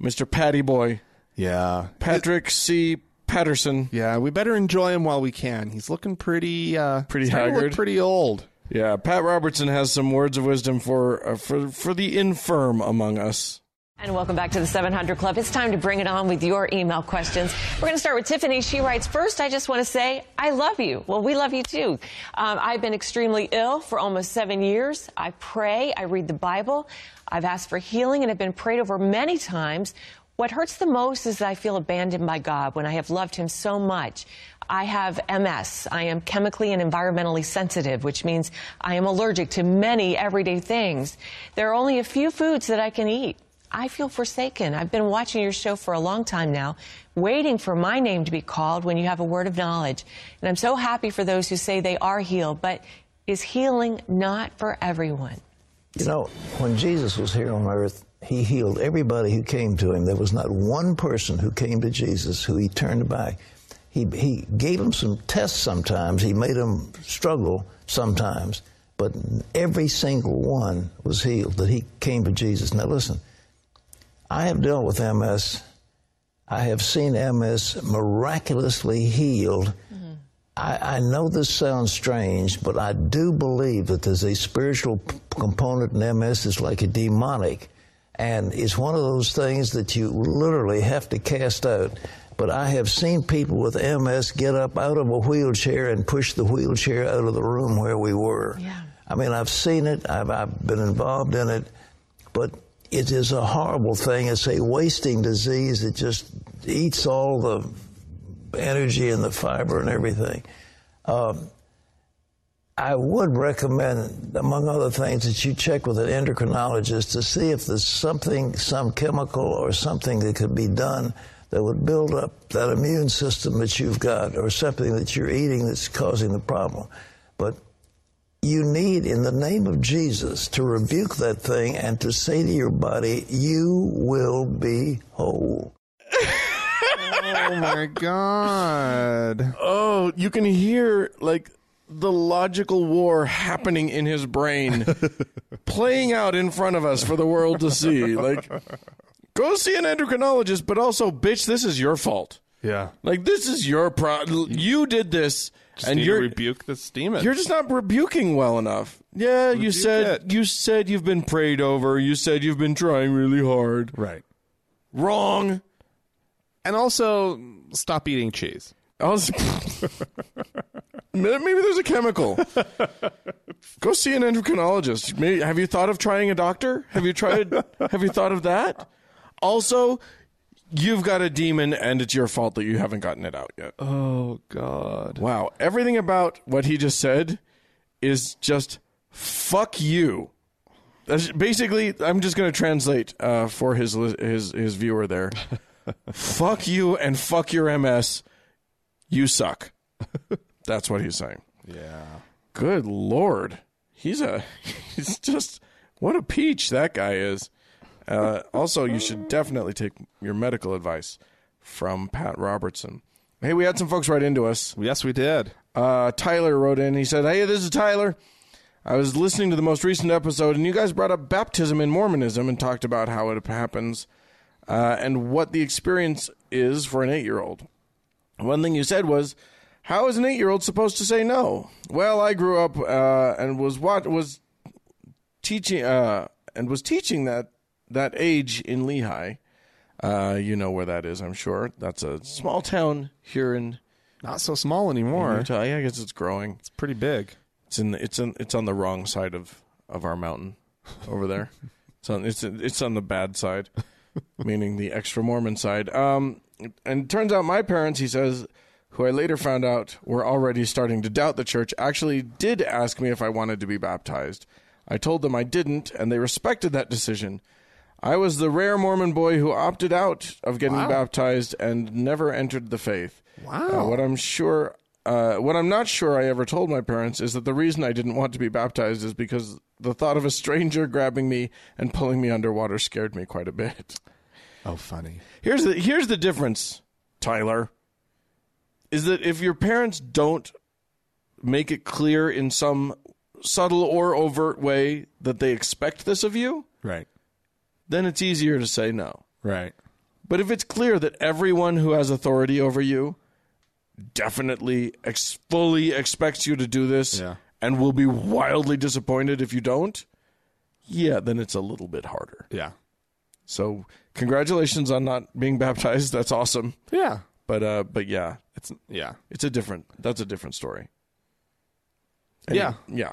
Mr. Patty Boy,
Yeah.
Patrick C. Patterson.
Yeah, we better enjoy him while we can. He's looking pretty, uh,
Pretty
he's starting to look
haggard.
pretty old.
Yeah, Pat Robertson has some words of wisdom for uh, for for the infirm among us.
And welcome back to the 700 Club. It's time to bring it on with your email questions. We're going to start with Tiffany. She writes, First, I just want to say, I love you. Well, we love you too. Um, I've been extremely ill for almost seven years. I pray, I read the Bible, I've asked for healing, and have been prayed over many times. What hurts the most is that I feel abandoned by God when I have loved Him so much. I have MS. I am chemically and environmentally sensitive, which means I am allergic to many everyday things. There are only a few foods that I can eat. I feel forsaken. I've been watching your show for a long time now, waiting for my name to be called when you have a word of knowledge. And I'm so happy for those who say they are healed, but is healing not for everyone?
You know, when Jesus was here on earth, he healed everybody who came to him. There was not one person who came to Jesus who he turned back. He, he gave them some tests sometimes, he made them struggle sometimes, but every single one was healed that he came to Jesus. Now, listen, I have dealt with MS. I have seen MS miraculously healed. Mm-hmm. I, I know this sounds strange, but I do believe that there's a spiritual p- component in MS that's like a demonic. And it's one of those things that you literally have to cast out. But I have seen people with MS get up out of a wheelchair and push the wheelchair out of the room where we were.
Yeah.
I mean, I've seen it, I've, I've been involved in it, but it is a horrible thing. It's a wasting disease that just eats all the energy and the fiber and everything. Um, I would recommend, among other things, that you check with an endocrinologist to see if there's something, some chemical or something that could be done that would build up that immune system that you've got or something that you're eating that's causing the problem. But you need, in the name of Jesus, to rebuke that thing and to say to your body, you will be whole.
Oh my god.
Oh, you can hear like the logical war happening in his brain, playing out in front of us for the world to see. Like, go see an endocrinologist, but also, bitch, this is your fault.
Yeah.
Like, this is your problem. You did this, and you're
rebuke this demon.
you're just not rebuking well enough. Yeah, you
Rebuke
said
it.
you said you've been prayed over. You said you've been trying really hard.
right.
Wrong.
And also stop eating cheese.
I was. Maybe there's a chemical. Go see an endocrinologist. Maybe, have you thought of trying a doctor? Have you tried? have you thought of that? Also, you've got a demon, and it's your fault that you haven't gotten it out yet.
Oh god.
Wow, everything about what he just said is just fuck you. That's basically, I'm just going to translate uh, for his li- his his viewer there. fuck you and fuck your MS. You suck. That's what he's saying. Yeah. Good lord, he's a he's just what a peach that guy is. Uh, also, you should definitely take your medical advice from Pat Robertson. Hey, we had some folks write into us.
Yes, we did.
Uh, Tyler wrote in. He said, Hey, this is Tyler. I was listening to the most recent episode, and you guys brought up baptism in Mormonism and talked about how it happens uh, and what the experience is for an eight year old. One thing you said was, How is an eight year old supposed to say no? Well, I grew up uh, and was what was teaching uh, and was teaching that that age in Lehigh. Uh, you know where that is, I'm sure. That's a small town here in
Not so small anymore.
Utah. Yeah, I guess it's growing.
It's pretty big.
It's in the, it's in, it's on the wrong side of, of our mountain over there. it's on it's it's on the bad side, meaning the extra Mormon side. Um, and it turns out my parents, he says, who I later found out were already starting to doubt the church, actually did ask me if I wanted to be baptized. I told them I didn't, and they respected that decision. I was the rare Mormon boy who opted out of getting baptized and never entered the faith. Wow. what I'm sure, uh, what I'm not sure I ever told my parents is that the reason I didn't want to be baptized is because the thought of a stranger grabbing me and pulling me underwater scared me quite a bit.
Oh, funny.
Here's the here's the difference, Tyler. Is that if your parents don't make it clear in some subtle or overt way that they expect this of you,
Right.
then it's easier to say no.
Right.
But if it's clear that everyone who has authority over you definitely ex- fully expects you to do this
Yeah.
and will be wildly disappointed if you don't, yeah, then it's a little bit harder.
Yeah.
So congratulations on not being baptized. That's awesome.
Yeah.
But uh, but yeah, it's
Yeah.
it's a different. That's a different story.
yeah.
Yeah.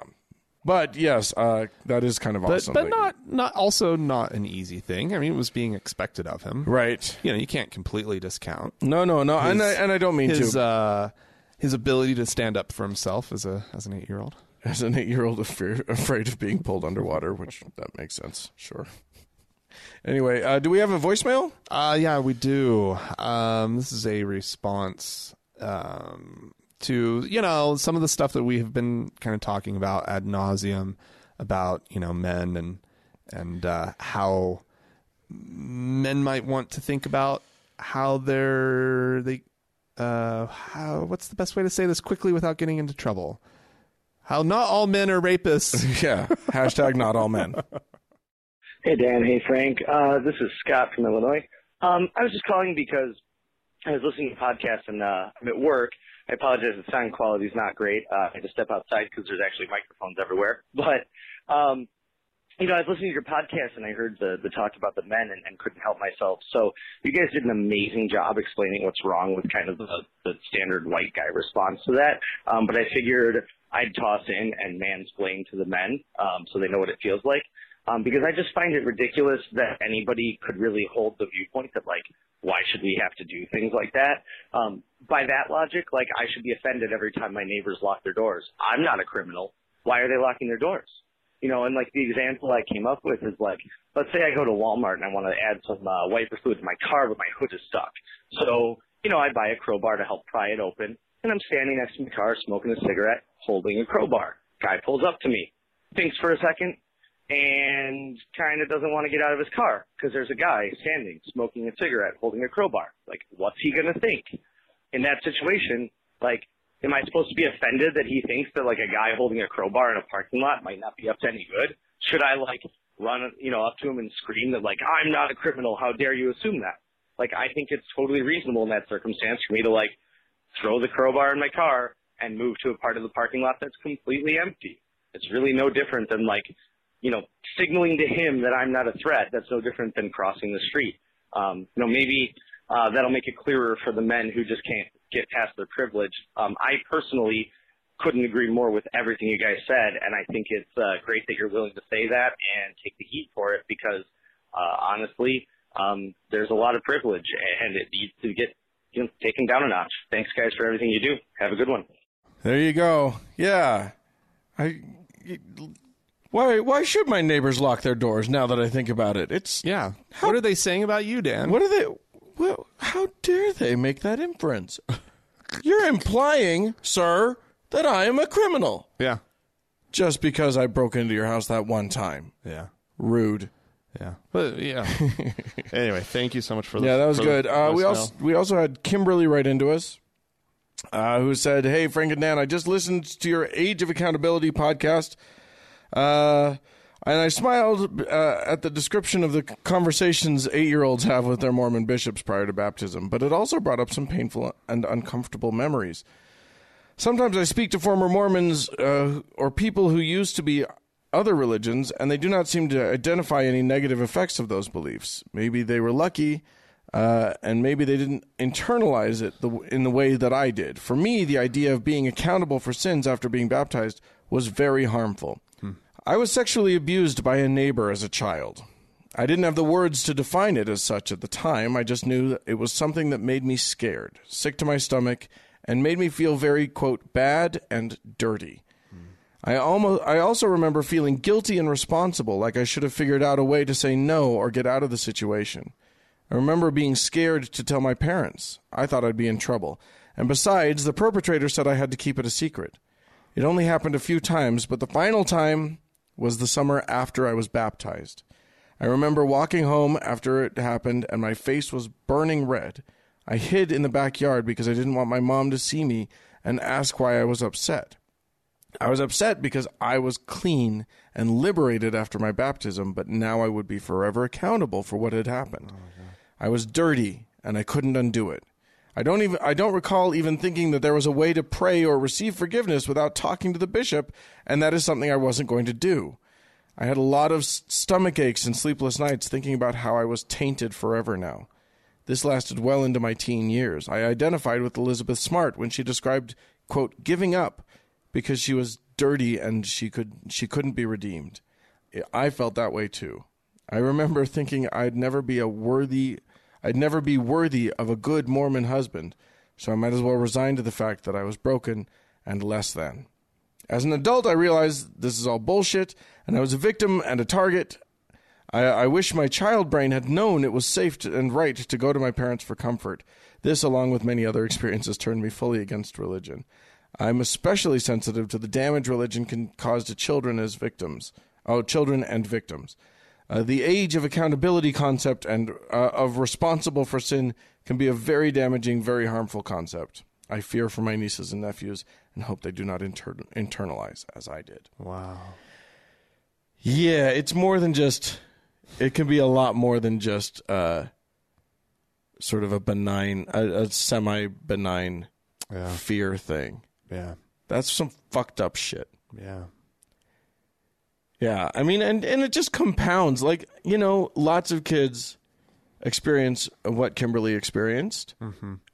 But yes, uh, that is kind of
But
awesome.
but
that-
not not also not an easy thing. I mean, it was being expected of him.
right.
You know, you can't completely discount
No, no, no. and I
his-
and I don't mean
his
to.
uh, his ability to stand up for himself as a as an eight year old.
As an eight-year-old, if you're afraid of being pulled underwater, which that makes sense. Sure. Anyway, uh, do we have a voicemail?
Uh, yeah, we do. Um, this is a response um, to you know some of the stuff that we have been kind of talking about ad nauseum about you know men and and uh, how men might want to think about how they're they uh, how what's the best way to say this quickly without getting into trouble. How not all men are rapists.
Yeah. Hashtag not all men.
Hey, Dan. Hey, Frank. Uh, this is Scott from Illinois. Um, I was just calling because I was listening to a podcast and uh, I'm at work. I apologize. The sound quality is not great. Uh, I had to step outside because there's actually microphones everywhere. But, um, you know, I was listening to your podcast and I heard the, the talk about the men and, and couldn't help myself. So you guys did an amazing job explaining what's wrong with kind of the, the standard white guy response to that. Um, but I figured I'd toss in and mansplain to the men um, so they know what it feels like um, because I just find it ridiculous that anybody could really hold the viewpoint that like, why should we have to do things like that? Um, by that logic, like I should be offended every time my neighbors lock their doors. I'm not a criminal. Why are they locking their doors? You know, and like the example I came up with is like, let's say I go to Walmart and I want to add some uh, wiper fluid to my car, but my hood is stuck. So, you know, I buy a crowbar to help pry it open, and I'm standing next to my car smoking a cigarette, holding a crowbar. Guy pulls up to me, thinks for a second, and kind of doesn't want to get out of his car because there's a guy standing smoking a cigarette holding a crowbar. Like, what's he going to think? In that situation, like, am I supposed to be offended that he thinks that like a guy holding a crowbar in a parking lot might not be up to any good? Should I like run, you know, up to him and scream that like, I'm not a criminal. How dare you assume that? Like, I think it's totally reasonable in that circumstance for me to like throw the crowbar in my car and move to a part of the parking lot that's completely empty. It's really no different than like, you know, signaling to him that I'm not a threat. That's no different than crossing the street. Um, you know, maybe uh, that'll make it clearer for the men who just can't get past their privilege. Um, I personally couldn't agree more with everything you guys said, and I think it's uh, great that you're willing to say that and take the heat for it because uh, honestly, um, there's a lot of privilege, and it needs to get you know, taken down a notch. Thanks, guys, for everything you do. Have a good one.
There you go. Yeah. I. Why? Why should my neighbors lock their doors? Now that I think about it, it's
Yeah. What are they saying about you, Dan?
What are they? Well, how dare they make that inference? You're implying, sir, that I am a criminal
Yeah.
just because I broke into your house that one time.
Yeah.
Rude.
Yeah. But yeah. anyway, thank you so much for the
Yeah, that was
for the
good. Uh, we
voicemail.
also we also had Kimberly right into us, uh, who said, "Hey, Frank and Dan, I just listened to your Age of Accountability podcast, uh, and I smiled uh, at the description of the conversations eight-year-olds have with their Mormon bishops prior to baptism. But it also brought up some painful and uncomfortable memories. Sometimes I speak to former Mormons uh, or people who used to be other religions, and they do not seem to identify any negative effects of those beliefs. Maybe they were lucky, uh, and maybe they didn't internalize it the, in the way that I did. For me, the idea of being accountable for sins after being baptized was very harmful. I was sexually abused by a neighbor as a child. I didn't have the words to define it as such at the time. I just knew that it was something that made me scared, sick to my stomach, and made me feel very, quote, bad and dirty. I almost I also remember feeling guilty and responsible, like I should have figured out a way to say no or get out of the situation. I remember being scared to tell my parents. I thought I'd be in trouble. And besides, the perpetrator said I had to keep it a secret. It only happened a few times, but the final time was the summer after I was baptized. I remember walking home after it happened, and my face was burning red. I hid in the backyard because I didn't want my mom to see me and ask why I was upset. I was upset because I was clean and liberated after my baptism, but now I would be forever accountable for what had happened. I was dirty and I couldn't undo it. I don't even I don't recall even thinking that there was a way to pray or receive forgiveness without talking to the bishop, and that is something I wasn't going to do. I had a lot of s- stomach aches and sleepless nights thinking about how I was tainted forever now. This lasted well into my teen years. I identified with Elizabeth Smart when she described, quote, giving up because she was dirty and she could she couldn't be redeemed. I felt that way too. I remember thinking I'd never be a worthy I'd never be worthy of a good Mormon husband, so I might as well resign to the fact that I was broken and less than. As an adult, I realized this is all bullshit, and I was a victim and a target. I, I wish my child brain had known it was safe to, and right to go to my parents for comfort. This, along with many other experiences, turned me fully against religion. I'm especially sensitive to the damage religion can cause to children as victims. Oh, children and victims. Uh, the age of accountability concept and uh, of responsible for sin can be a very damaging, very harmful concept. I fear for my nieces and nephews and hope they do not inter- internalize as I did.
Wow.
Yeah, it's more than just. It can be a lot more than just uh, sort of a benign, a, a semi-benign
Yeah.
fear thing.
Yeah.
That's some fucked up shit.
Yeah.
Yeah, I mean, and and it just compounds. Like you know, lots of kids experience what Kimberly experienced,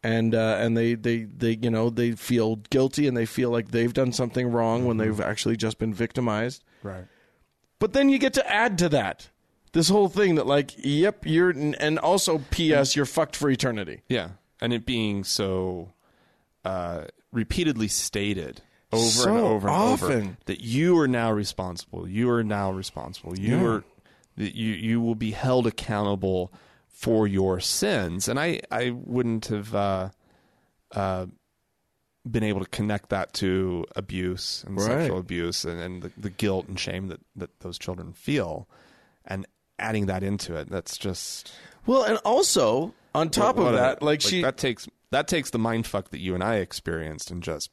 and uh, and they they they you know they feel guilty and they feel like they've done something wrong when they've actually just been victimized.
Right.
But then you get to add to that this whole thing that like, yep, you're and also P.S. You're fucked for eternity.
Yeah, and it being so uh, repeatedly stated over and
So
over and over
often.
that you are now responsible. You are now responsible. You are that you you will be held accountable for your sins. And I I wouldn't have uh, uh, been able to connect that to abuse and
Right.
sexual abuse and, and the, the guilt and shame that that those children feel, and adding that into it. That's just
Well, and also on top
what
of
a-
that, like, she,
that takes that takes the mind fuck that you and I experienced and just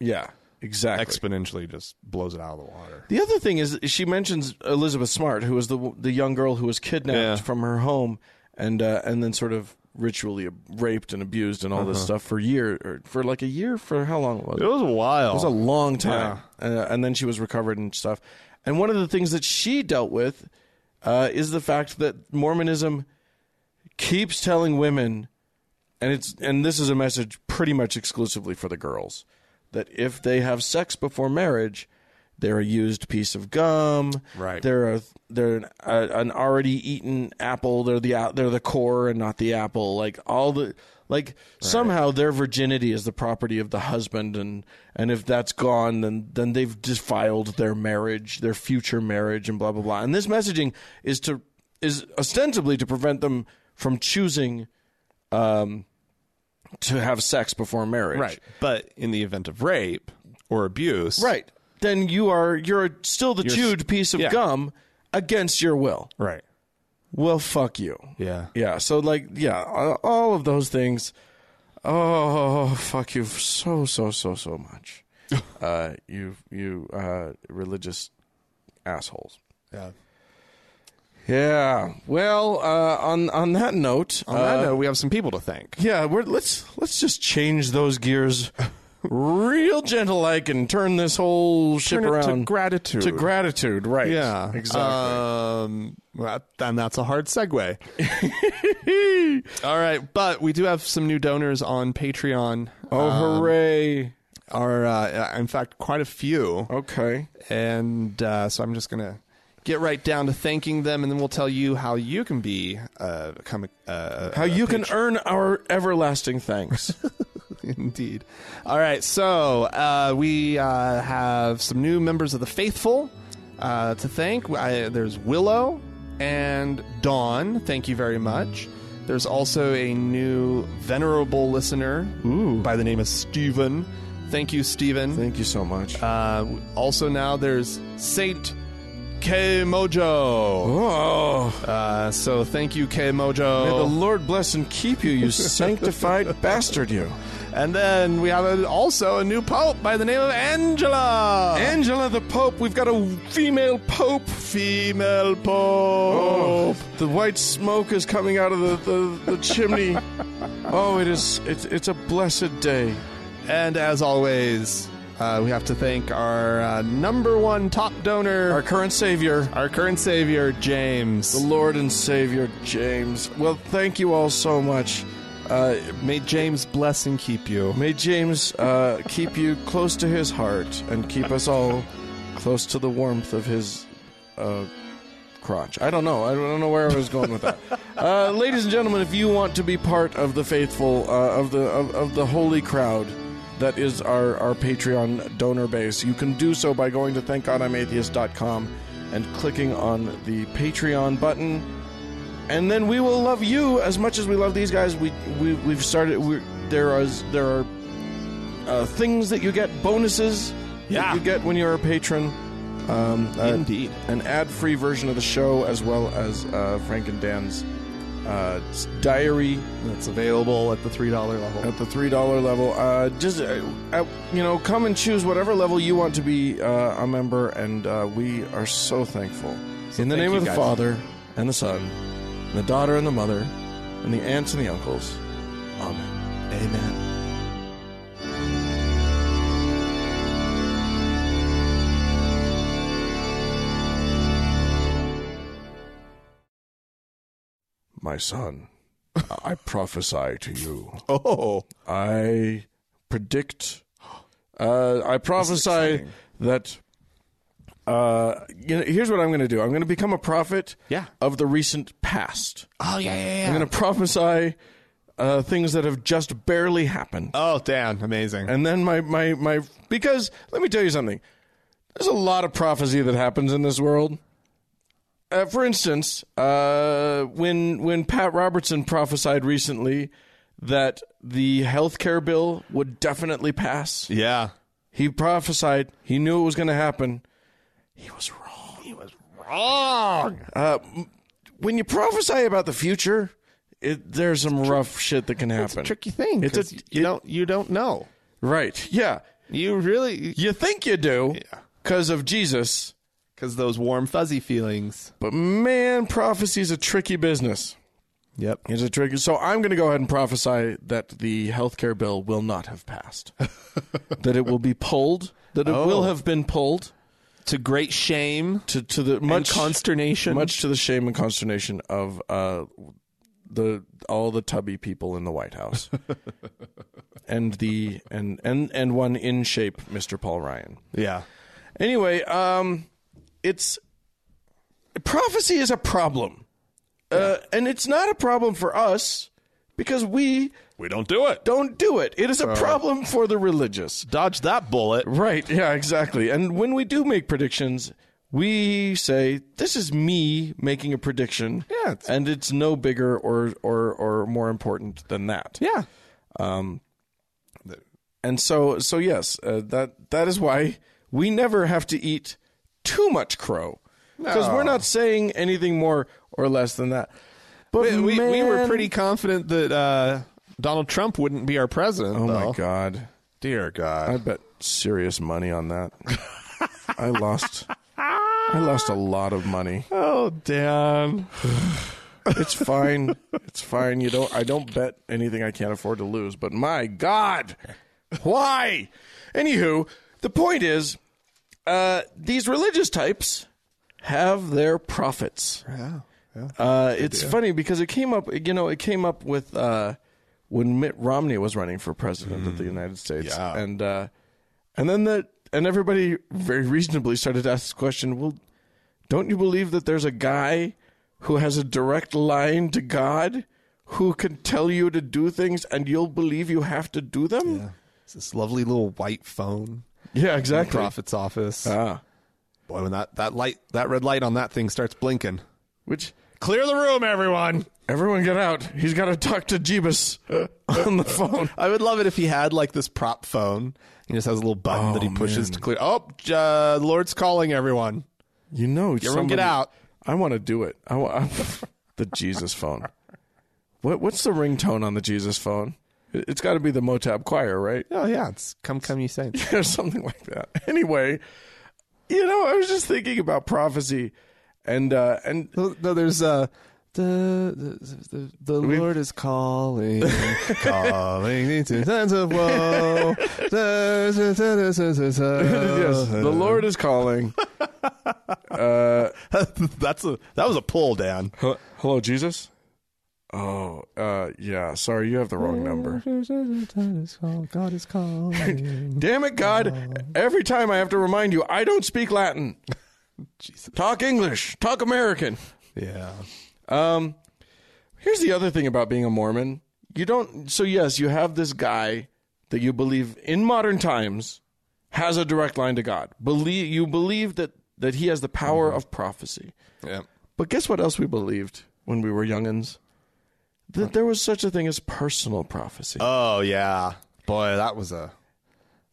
yeah, exactly.
exponentially just blows it out of the water.
The other thing is she mentions Elizabeth Smart, who was the the young girl who was kidnapped
Yeah.
from her home and uh, and then sort of ritually raped and abused and all this stuff for year or for like a year for how long was it?
Uh-huh. was a while.
It was a long time. Uh, and then she was recovered and stuff. And one of the things that she dealt with uh, is the fact that Mormonism keeps telling women, and it's and this is a message pretty much exclusively for the girls, that if they have sex before marriage, they're a used piece of gum.
Right.
They're a they're an, a, an already eaten apple. They're the out- they're the core and not the apple. Like all the like somehow their virginity is the property of the husband and and if that's gone then then they've defiled their marriage, their future marriage and blah blah blah. And this messaging is to is ostensibly to prevent them from choosing um to have sex before marriage.
right. But in the event of rape or abuse,
Right. Then you are you're still the chewed piece of
yeah.
gum against your will.
right,
Well, fuck you.
yeah,
Yeah. So like, yeah, a- all of those things. Oh, fuck you so so so so much. uh, you you uh, religious assholes.
Yeah.
Yeah. Well, uh, on on that note, uh,
On that note, we have some people to thank.
yeah, we're, let's let's just change those gears, real gentle like, and turn this whole ship
Turn it to
around
gratitude.
To gratitude, right?
Yeah,
exactly.
Um, well, and that's a hard segue. All right, but we do have some new donors on Patreon. Uh,
oh,
um,
hooray!
Are uh, in fact quite a few.
Okay.
And uh, so I'm just going to get right down to thanking them, and then we'll tell you how you can be uh, become a, uh,
How you can earn our everlasting thanks.
indeed. All right, so uh, we uh, have some new members of the faithful uh, to thank. I, there's Willow and Dawn. Thank you very much. There's also a new venerable listener by the name of Stephen. Thank you, Stephen.
Thank you so much.
Uh, also now there's Saint K Mojo.
oh,
Uh, so thank you, K
may the
Mojo.
Lord bless and keep you, you sanctified bastard, you.
And then we have a, also a new pope by the name of Angela.
Angela the Pope, we've got a female Pope.
Female pope.
Oh, the white smoke is coming out of the, the, the chimney. Oh, it is it's it's a blessed day.
And as always, Uh, we have to thank our uh, number one top donor,
Our current savior,
our current savior,
the
James.
Lord and Savior James. Well, thank you all so much. Uh,
May James bless and keep you.
may James uh, keep you close to his heart and keep us all close to the warmth of his uh, crotch. I don't know. I don't know where I was going with that. Uh, ladies and gentlemen, if you want to be part of the faithful uh, of the of, of the holy crowd. That is our, our Patreon donor base. You can do so by going to thankgodimatheist.com and clicking on the Patreon button and then we will love you as much as we love these guys. We, we we've started. We're, there are there are uh, things that you get bonuses
Yeah.
that you get when you're a patron. Um, uh,
Indeed.
an ad-free version of the show, as well as uh, Frank and Dan's uh, s- diary
That's available at the three dollar level.
at the three dollar level. Uh, just uh, uh, you know, come and choose whatever level you want to be uh, a member, and uh, we are so thankful. In the
thank
name
you,
of the
guys.
Father and the Son, and the daughter and the mother, and the aunts and the uncles. Amen.
Amen.
My son, I prophesy to you.
Oh,
I predict. Uh, I prophesy that. Uh, you know, here's what I'm going to do. I'm going to become a prophet.
Yeah.
Of the recent past.
oh yeah, yeah, yeah.
I'm going to prophesy uh, things that have just barely happened.
oh, Dan, amazing.
And then my, my, my, because let me tell you something. There's a lot of prophecy that happens in this world. Uh, for instance, uh, when, when Pat Robertson prophesied recently that the health care bill would definitely pass,
yeah,
he prophesied, he knew it was going to happen. He was wrong. He was
wrong.
when you prophesy about the future, it, there's some rough shit that can happen.
It's a tricky thing.
It's
'cause
a-
you don't you don't know.
right. Yeah,
You really
you think you do
Yeah.
because of Jesus,
because those warm fuzzy feelings.
but man, prophecy's a tricky business.
Yep.
It's a tricky. So I'm going to go ahead and prophesy that the healthcare bill will not have passed, that it will be pulled, that it will have been pulled
To great shame,
to to the much
consternation.
much to the shame and consternation of uh, the all the tubby people in the White House, and the and and and one in shape, Mr. Paul Ryan.
Yeah.
Anyway, um, it's prophecy is a problem, uh, and it's not a problem for us because we
We don't do it.
don't do it. It is a problem for the religious.
Dodge that bullet.
Right. Yeah, exactly. And when we do make predictions, we say this is me making a prediction.
Yeah, it's-
and it's no bigger or or or more important than that.
Yeah.
Um, And so so yes, uh, that that is why we never have to eat too much crow because we're not saying anything more or less than that. But
We, we, we were
man-
pretty confident that uh, Donald Trump wouldn't be our president.
Oh
though.
my god.
Dear God.
I bet serious money on that. I lost I lost a lot of money.
oh, Dan.
It's fine. it's fine. You don't. I don't bet anything I can't afford to lose. But my God, why? Anywho, the point is, uh, these religious types have their prophets. Yeah. uh, it's funny because it came up. You know, it came up with uh, when Mitt Romney was running for president of the United States,
Yeah.
and uh, and then the and everybody very reasonably started to ask this question. Well, don't you believe that there's a guy who has a direct line to God who can tell you to do things and you'll believe you have to do them?
It's this lovely little white phone.
Yeah,
in the
exactly.
Prophet's office.
Ah.
Boy, when that, that light, that red light on that thing starts blinking.
Which
Clear the room, everyone.
everyone get out. He's got to talk to Jeebus on the phone.
I would love it if he had like this prop phone. He just has a little button that he pushes to clear. Oh, j- uh, the Lord's calling everyone.
You know,
Everyone get
somebody-
out.
I want to do it. I wa- the Jesus phone. What what's the ringtone on the Jesus phone? It- It's got to be the Motab Choir, right?
Oh yeah, it's come, come, you saints.
or something like that. Anyway, you know, I was just thinking about prophecy, and uh, and
No, no, there's uh,
The, the, the, the Lord is calling, calling me to times of woe.
yes, the Lord is calling.
That's a that was a pull, Dan.
Hel- Hello, Jesus. Oh, uh, yeah. Sorry, you have the wrong number.
God is calling.
Damn it, God! Every time I have to remind you, I don't speak Latin. Talk English. Talk American.
Yeah.
Um, here's the other thing about being a Mormon. You don't. So yes, you have this guy that you believe in modern times has a direct line to God. Believe you believe that that he has the
Mm-hmm.
power of prophecy.
Yeah.
But guess what else we believed when we were youngins? That there was such a thing as personal prophecy,
Oh yeah, boy, that was a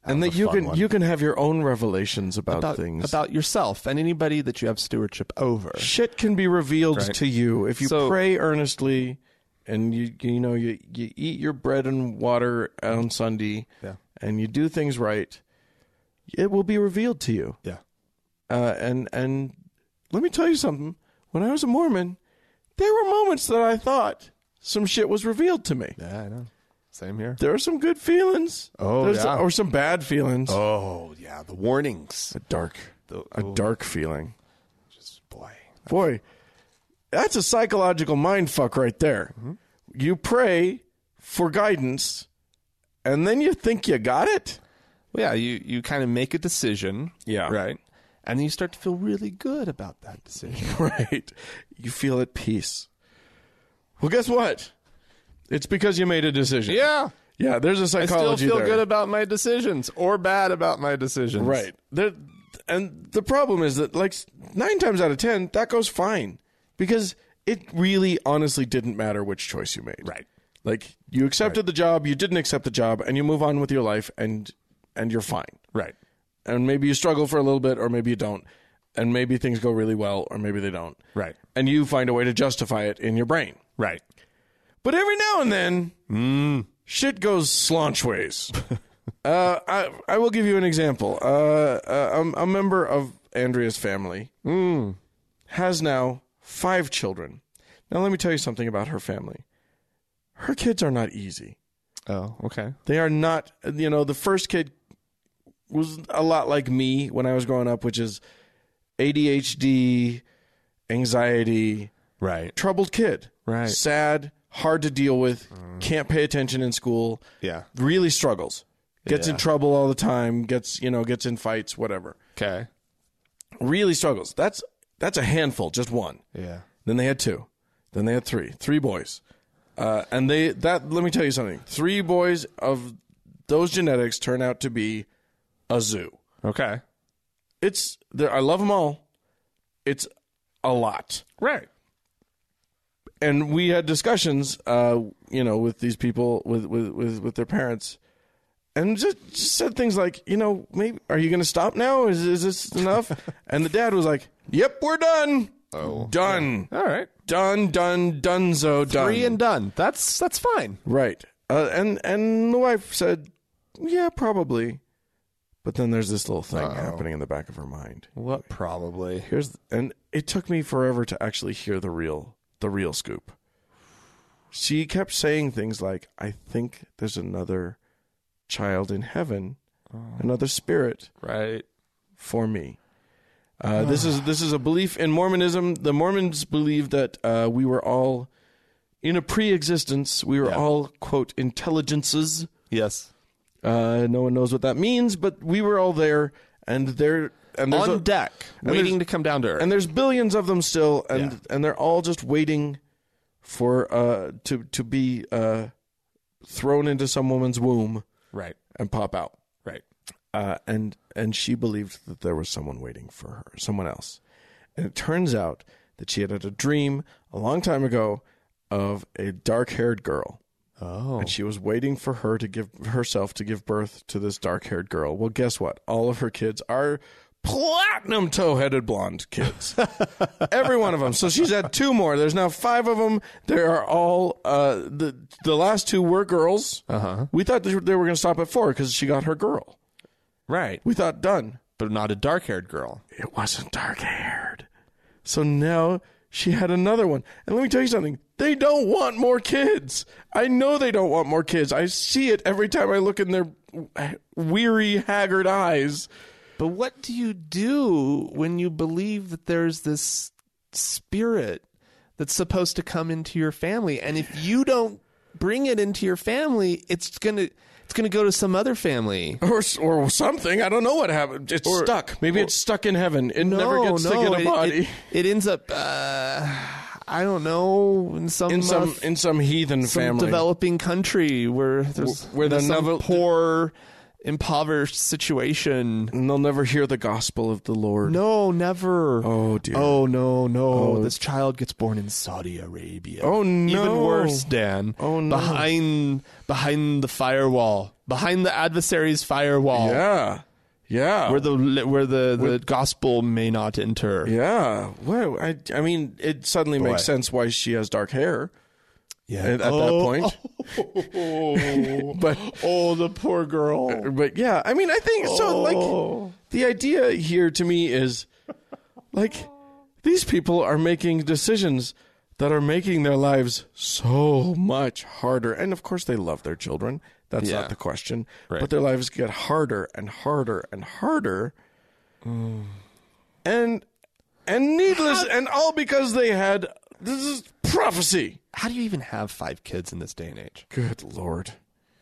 and that
a
you
fun
can
one.
you can have your own revelations about,
about,
things.
about yourself and anybody that you have stewardship over.
Shit can be revealed
Right.
to you if you
So-
pray earnestly, and you you know you you eat your bread and water on Sunday,
Yeah.
and you do things right. It will be revealed to you.
yeah.
Uh, and and let me tell you something. When I was a Mormon, there were moments that I thought some shit was revealed to me.
Yeah, I know. Same here.
There are some good feelings.
Oh,
There's
yeah.
or some bad feelings.
Oh yeah, the warnings.
A dark, a dark feeling.
Boy.
Boy, that's a psychological mind fuck right there.
Mm-hmm.
You pray for guidance, and then you think you got it.
Well, yeah, you, you kind of make a decision.
Yeah.
Right. And then you start to feel really good about that decision.
Right. You feel at peace. Well, guess what? It's because you made a decision.
yeah.
Yeah, there's a
I still
psychology
feel
there.
good about my decisions or bad about my decisions.
Right. There, and the problem is that, like, nine times out of ten, that goes fine because it really, honestly, didn't matter which choice you made.
Right.
Like, you accepted the job, you didn't accept the job, and you move on with your life, and and you're fine.
Right.
And maybe you struggle for a little bit, or maybe you don't, and maybe things go really well, or maybe they don't.
Right.
And you find a way to justify it in your brain.
Right.
But every now and then, shit goes slaunch ways. uh, I, I will give you an example. Uh, uh, a, a member of Andrea's family has now five children. Now, let me tell you something about her family. Her kids are not easy.
Oh, okay.
They are not, you know, the first kid was a lot like me when I was growing up, which is ADHD, anxiety,
Right.
troubled kid.
Right.
Sad, hard to deal with, can't pay attention in school.
Yeah.
Really struggles. Gets in
Yeah.
trouble all the time, gets, you know, gets in fights, whatever.
Okay.
Really struggles. That's that's a handful, just one.
Yeah.
Then they had two. Then they had three. Three boys. Uh, and they that let me tell you something. Three boys of those genetics turn out to be a zoo.
Okay.
It's there I love them all. It's a lot.
Right.
and we had discussions uh you know with these people with with with, with their parents and just, just said things like you know maybe are you gonna stop now is, is this enough and the dad was like yep we're done oh done
All right.
done done done so done
Free and done. That's that's fine.
right uh, and and the wife said yeah probably but then there's this little thing happening in the back of her mind
What probably?
here's and it took me forever to actually hear the real the real scoop she kept saying things like i think there's another child in heaven another spirit
Right.
for me uh, this is this is a belief in mormonism the mormons believe that uh, we were all in a pre-existence we were all quote intelligences
Yes.
uh, no one knows what that means but we were all there and there and there's
On
a-
deck,
and
waiting
there's-
to come down to earth.
and there's billions of them still, and and they're all just waiting for uh to to be uh thrown into some woman's womb
right.
and pop out.
Right.
Uh, and and she believed that there was someone waiting for her, someone else. And it turns out that she had had a dream a long time ago of a dark-haired girl. Oh. And she was waiting for her to give herself to give birth to this dark-haired girl. Well, guess what? All of her kids are platinum toe-headed blonde kids. Every one of them. So she's had two more. There's now five of them. They are all uh, the the last two were girls. Uh-huh. We thought they were going to stop at four because she got her girl.
Right.
We thought done.
But not a dark haired girl.
It wasn't dark haired. So now she had another one. And let me tell you something. They don't want more kids. I know they don't want more kids. I see it every time I look in their weary, haggard eyes.
But what do you do when you believe that there's this spirit that's supposed to come into your family and if you don't bring it into your family, it's going to it's going to go to some other family.
Or, or something. I don't know what happened. It's
Or-
stuck. Maybe
or-
it's stuck in heaven. It never gets to get a
it-
body.
It, it ends up uh, I don't know in some
in some
uh,
in some heathen
some
family.
developing country where there's
Wh- where
there's
the
some
novel-
poor impoverished situation.
and they'll never hear the gospel of the Lord.
No, never.
Oh, dear.
Oh no, no. This child gets born in Saudi Arabia.
Oh, no.
Even worse, Dan.
Oh, no.
Behind behind the firewall, behind the adversary's firewall,
Yeah. Yeah.
where the where the, the gospel may not enter.
yeah. Well, I I mean, it suddenly makes sense why she has dark hair
Yeah.
at, at that
Oh.
point. but
Oh, the poor girl.
but yeah, I mean, I think so.
Oh.
Like the idea here to me is like these people are making decisions that are making their lives so much harder. And of course, they love their children. That's
Yeah.
not the question. But their lives get harder and harder and harder.
Mm.
And and needless and all because they had this is prophecy.
How do you even have five kids in this day and age?
Good lord.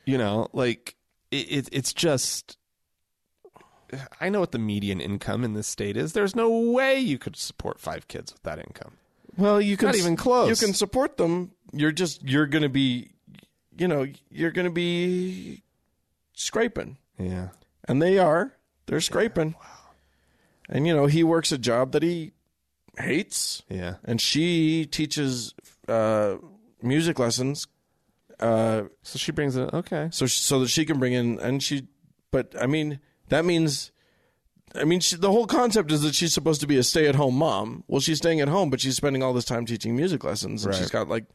You know, like it, it, it's just. I know what the median income in this state is. There's no way you could support five kids with that income.
Well, you can
Not even close.
You can support them. You're just you're going to be, you know, you're going to be scraping,
Yeah.
and they are. They're scraping. wow. And you know he works a job that he hates,
Yeah.
and she teaches uh, music lessons, uh,
So she brings it. Okay.
so sh so that she can bring in and she. But I mean that means. I mean, she, the whole concept is that she's supposed to be a stay-at-home mom. Well, she's staying at home, but she's spending all this time teaching music lessons, and she's got like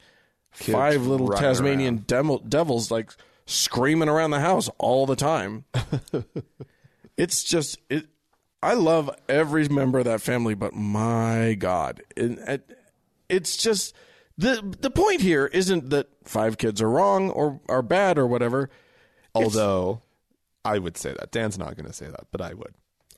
five little
running
Tasmanian demo, devils like screaming around the house all the time. it's just it. I love every member of that family, but my God, it, it- it's just the the point here isn't that five kids are wrong or are bad or whatever.
Although I would say that Dan's not going to say that, but I would.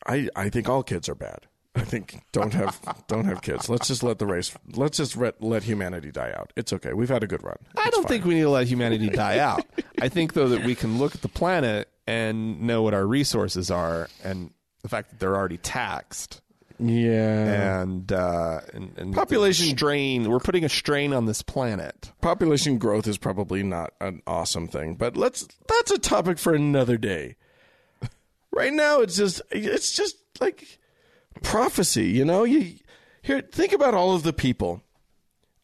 I, I think all kids are bad. I think don't have don't have kids. Let's just let the race. Let's just re- let humanity die out. It's okay. We've had a good run.
I don't think we need to let humanity die out. I think though that we can look at the planet and know what our resources are, and the fact that they're already taxed,
Yeah.
and, uh, and, and
Population-
there's a strain. We're putting a strain on this planet.
Population growth is probably not an awesome thing, but let's that's a topic for another day. Right now, it's just it's just like prophecy. You know, you here think about all of the people,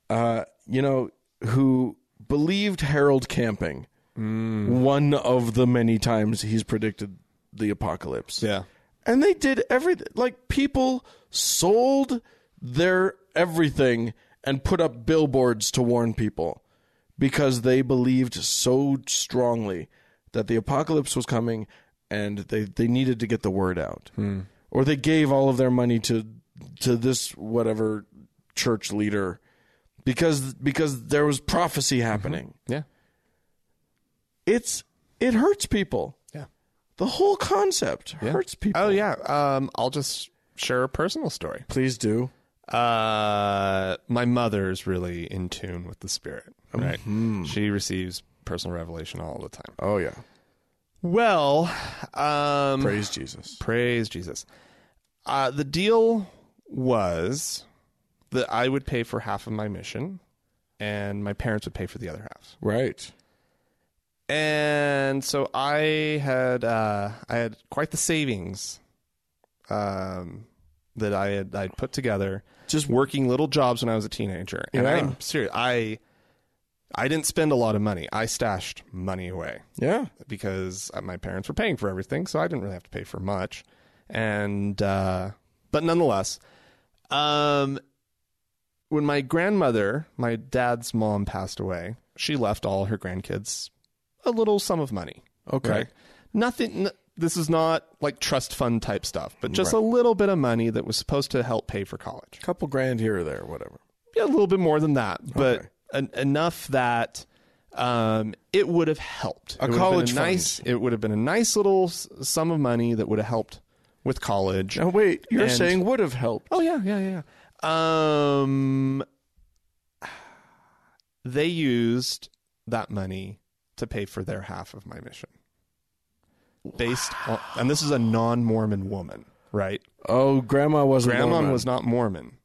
uh, you know, who believed Harold Camping. One of the many times he's predicted the apocalypse. And they did everything. Like people sold their everything and put up billboards to warn people because they believed so strongly that the apocalypse was coming and they, they needed to get the word out.
Hmm.
Or they gave all of their money to to this whatever church leader because because there was prophecy
Mm-hmm.
happening.
yeah,
It's it hurts people.
Yeah.
The whole concept hurts people.
Oh yeah. Um, I'll just share a personal story.
Please do.
Uh, my mother's really in tune with the spirit. Right. She receives personal revelation all the time.
Oh yeah.
Well, um,
Praise Jesus.
Praise Jesus. Uh, the deal was that I would pay for half of my mission and my parents would pay for the other half.
Right.
And so I had uh, I had quite the savings um, that I had I'd put together just working little jobs when I was a teenager. And
Yeah.
I'm serious. I I didn't spend a lot of money. I stashed money away
Yeah.
because uh, my parents were paying for everything, so I didn't really have to pay for much. And uh, but nonetheless, um, when my grandmother, my dad's mom, passed away, she left all her grandkids a little sum of money.
Okay.
right? nothing. N- this is not like trust fund type stuff, but just a little bit of money that was supposed to help pay for college.
Couple grand here or there, whatever.
Yeah, a little bit more than that, but
Okay.
en- enough that um, it would have helped.
A
It would have been
college fund.
nice. It would have been a nice little s- sum of money that would have helped with college.
Now wait, you're
And-
saying would have helped.
Oh yeah, yeah, yeah, yeah. Um, they used that money to pay for their half of my mission. Based on, and this is a non-Mormon woman, right?
Oh, grandma wasn't.
Grandma
Mormon.
was not Mormon.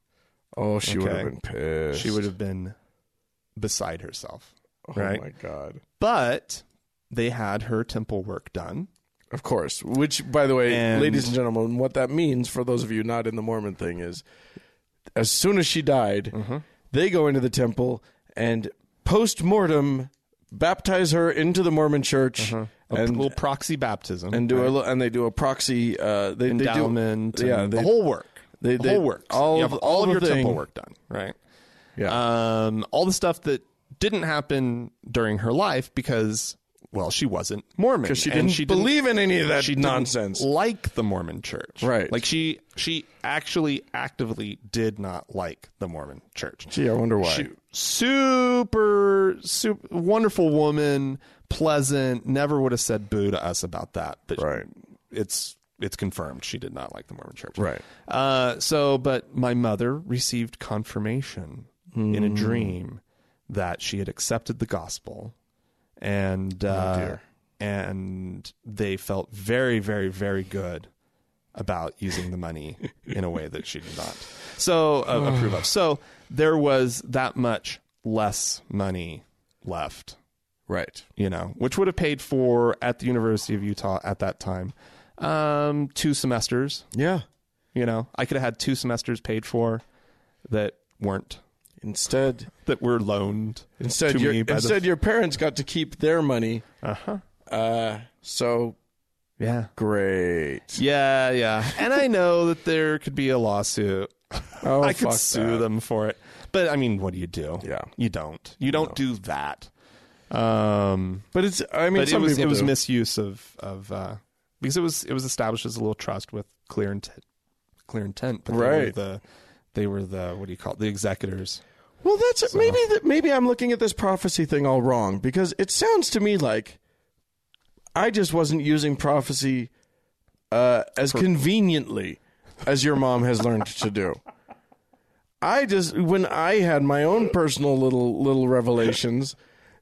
Oh, she would have
Okay.
been pissed.
She would have been beside herself,
Oh
right?
my god.
But they had her temple work done.
Of course. Which, by the way,
And-
ladies and gentlemen, what that means for those of you not in the Mormon thing is, as soon as she died,
Mm-hmm.
they go into the temple and post mortem baptize her into the Mormon Church
Mm-hmm. A
and
little proxy baptism
and do
right?
a li- and they do a proxy uh, they, they do-
endowment, and
yeah,
the
they-
whole work,
they-
the
they-
whole work.
all
You
of-
have
all
all of
the
your temple
thing.
work done, right?
yeah.
um, all the stuff that didn't happen during her life because well she wasn't mormon
'Cause she
and
didn't believe in any of that
she didn't
nonsense.
like the mormon church
Right.
like she she actually actively did not like the mormon church
Gee, I wonder why.
she, super super wonderful woman pleasant never would have said boo to us about that but
Right.
it's it's confirmed she did not like the mormon church
Right.
uh, so, but my mother received confirmation in a
Hmm.
dream that she had accepted the gospel, and uh,
Oh, dear.
and they felt very, very, very good about using the money in a way that she did not so uh, approve of. So there was that much less money left
Right.
you know, which would have paid for at the University of Utah at that time, um, two semesters.
Yeah.
You know, I could have had two semesters paid for that weren't
Instead,
that were loaned
instead,
to
your,
me by
instead your parents got to keep their money. Uh-huh. So
the yeah
great.
yeah yeah. And I know that there could be a lawsuit.
Oh,
I could
fuck
sue
that.
them for it, but I mean, what do you do?
Yeah.
you don't. You don't do that. Um,
But it's. I mean,
but it
some
was
people
it was
do.
misuse of of uh, because it was it was established as a little trust with clear intent, clear intent. But They were
Right.
the they were the what do you call it? The executors.
Well, that's maybe that maybe I'm looking at this prophecy thing all wrong because it sounds to me like I just wasn't using prophecy uh, as conveniently as your mom has learned to do. I just when I had my own personal little little revelations,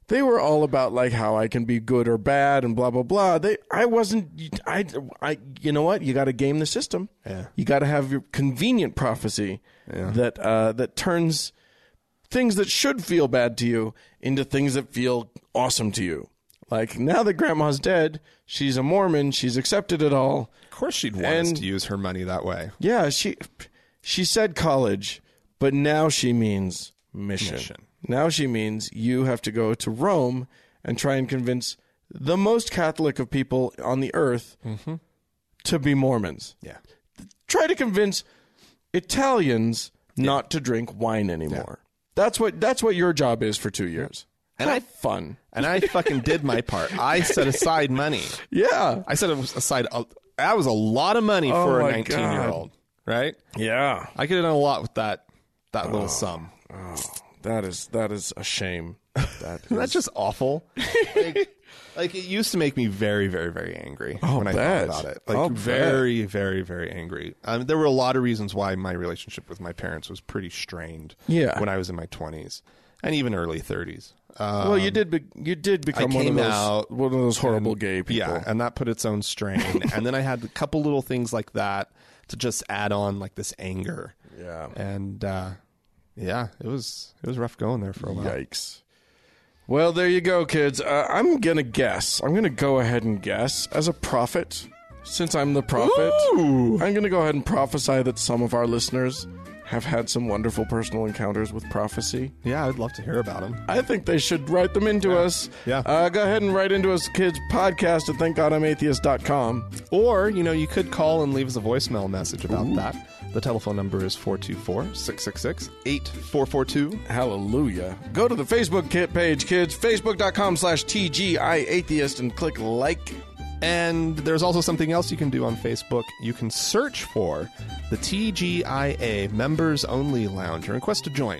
they were all about like how I can be good or bad and blah blah blah. They I wasn't I I you know what you got to game the system.
Yeah.
You got to have your convenient prophecy that uh, that turns things that should feel bad to you into things that feel awesome to you. Like now that grandma's dead, she's a Mormon, she's accepted it all.
Of course, she'd want
us to
use her money that way.
Yeah, she she said college, but now she means mission.
Mission.
Now she means you have to go to Rome and try and convince the most Catholic of people on the earth to be Mormons.
Yeah,
Try to convince Italians not to drink wine anymore. That's what that's what your job is for two years.
And
Have
I-
fun.
and I fucking did my part. I set aside money.
Yeah.
I set aside a, that was a lot of money
Oh
for
my
a nineteen year old. Right?
Yeah.
I could have done a lot with that that
Oh.
little sum.
That is that is a shame. That is,
That's just awful. like, like, it used to make me very, very, very angry when I
bet.
thought about it. Like
I'll bet.
very, very, very angry. Um, there were a lot of reasons why my relationship with my parents was pretty strained.
Yeah.
when I was in my twenties and even early thirties. Uh,
well, you did be, you did become one of
came
those
out
one of those horrible gay people.
yeah, and that put its own strain. and then I had a couple little things like that to just add on like this anger.
Yeah.
and uh, yeah, it was it was rough going there for a while.
Yikes. Well, there you go, kids. Uh, I'm gonna guess. I'm gonna go ahead and guess as a prophet, since I'm the prophet. I'm gonna go ahead and prophesy that some of our listeners have had some wonderful personal encounters with prophecy.
Yeah, I'd love to hear about them.
I think they should write them into us.
Yeah.
Uh, go ahead and write into us, kids. Podcast at thankgodimatheist.com.
Or, you know, you could call and leave us a voicemail message about that. The telephone number is 424 666 8442.
Hallelujah. Go to the Facebook ki- page, kids, facebook.com slash TGI Atheist, and click like.
And there's also something else you can do on Facebook. You can search for the TGIA Members Only Lounge and request to join.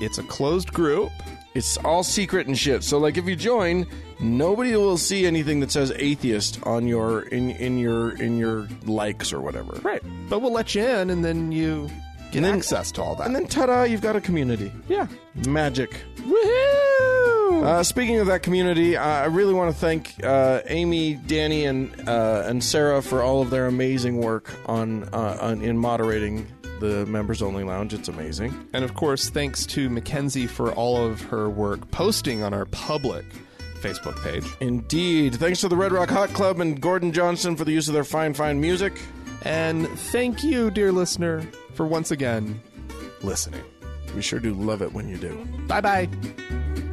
It's a closed group.
It's all secret and shit. So like if you join, nobody will see anything that says atheist on your in in your in your likes or whatever.
Right. But we'll let you in and then you get
then-
access to all that.
And then ta-da, you've got a community.
yeah.
Magic.
Woohoo!
Uh, speaking of that community, uh, I really want to thank uh, Amy, Danny, and uh, and Sarah for all of their amazing work on, uh, on in moderating the members only lounge. It's amazing.
And of course, thanks to Mackenzie for all of her work posting on our public Facebook page.
Indeed. Thanks to the Red Rock Hot Club and Gordon Johnson for the use of their fine, fine music.
And thank you, dear listener, for once again listening.
We sure do love it when you do.
Bye bye.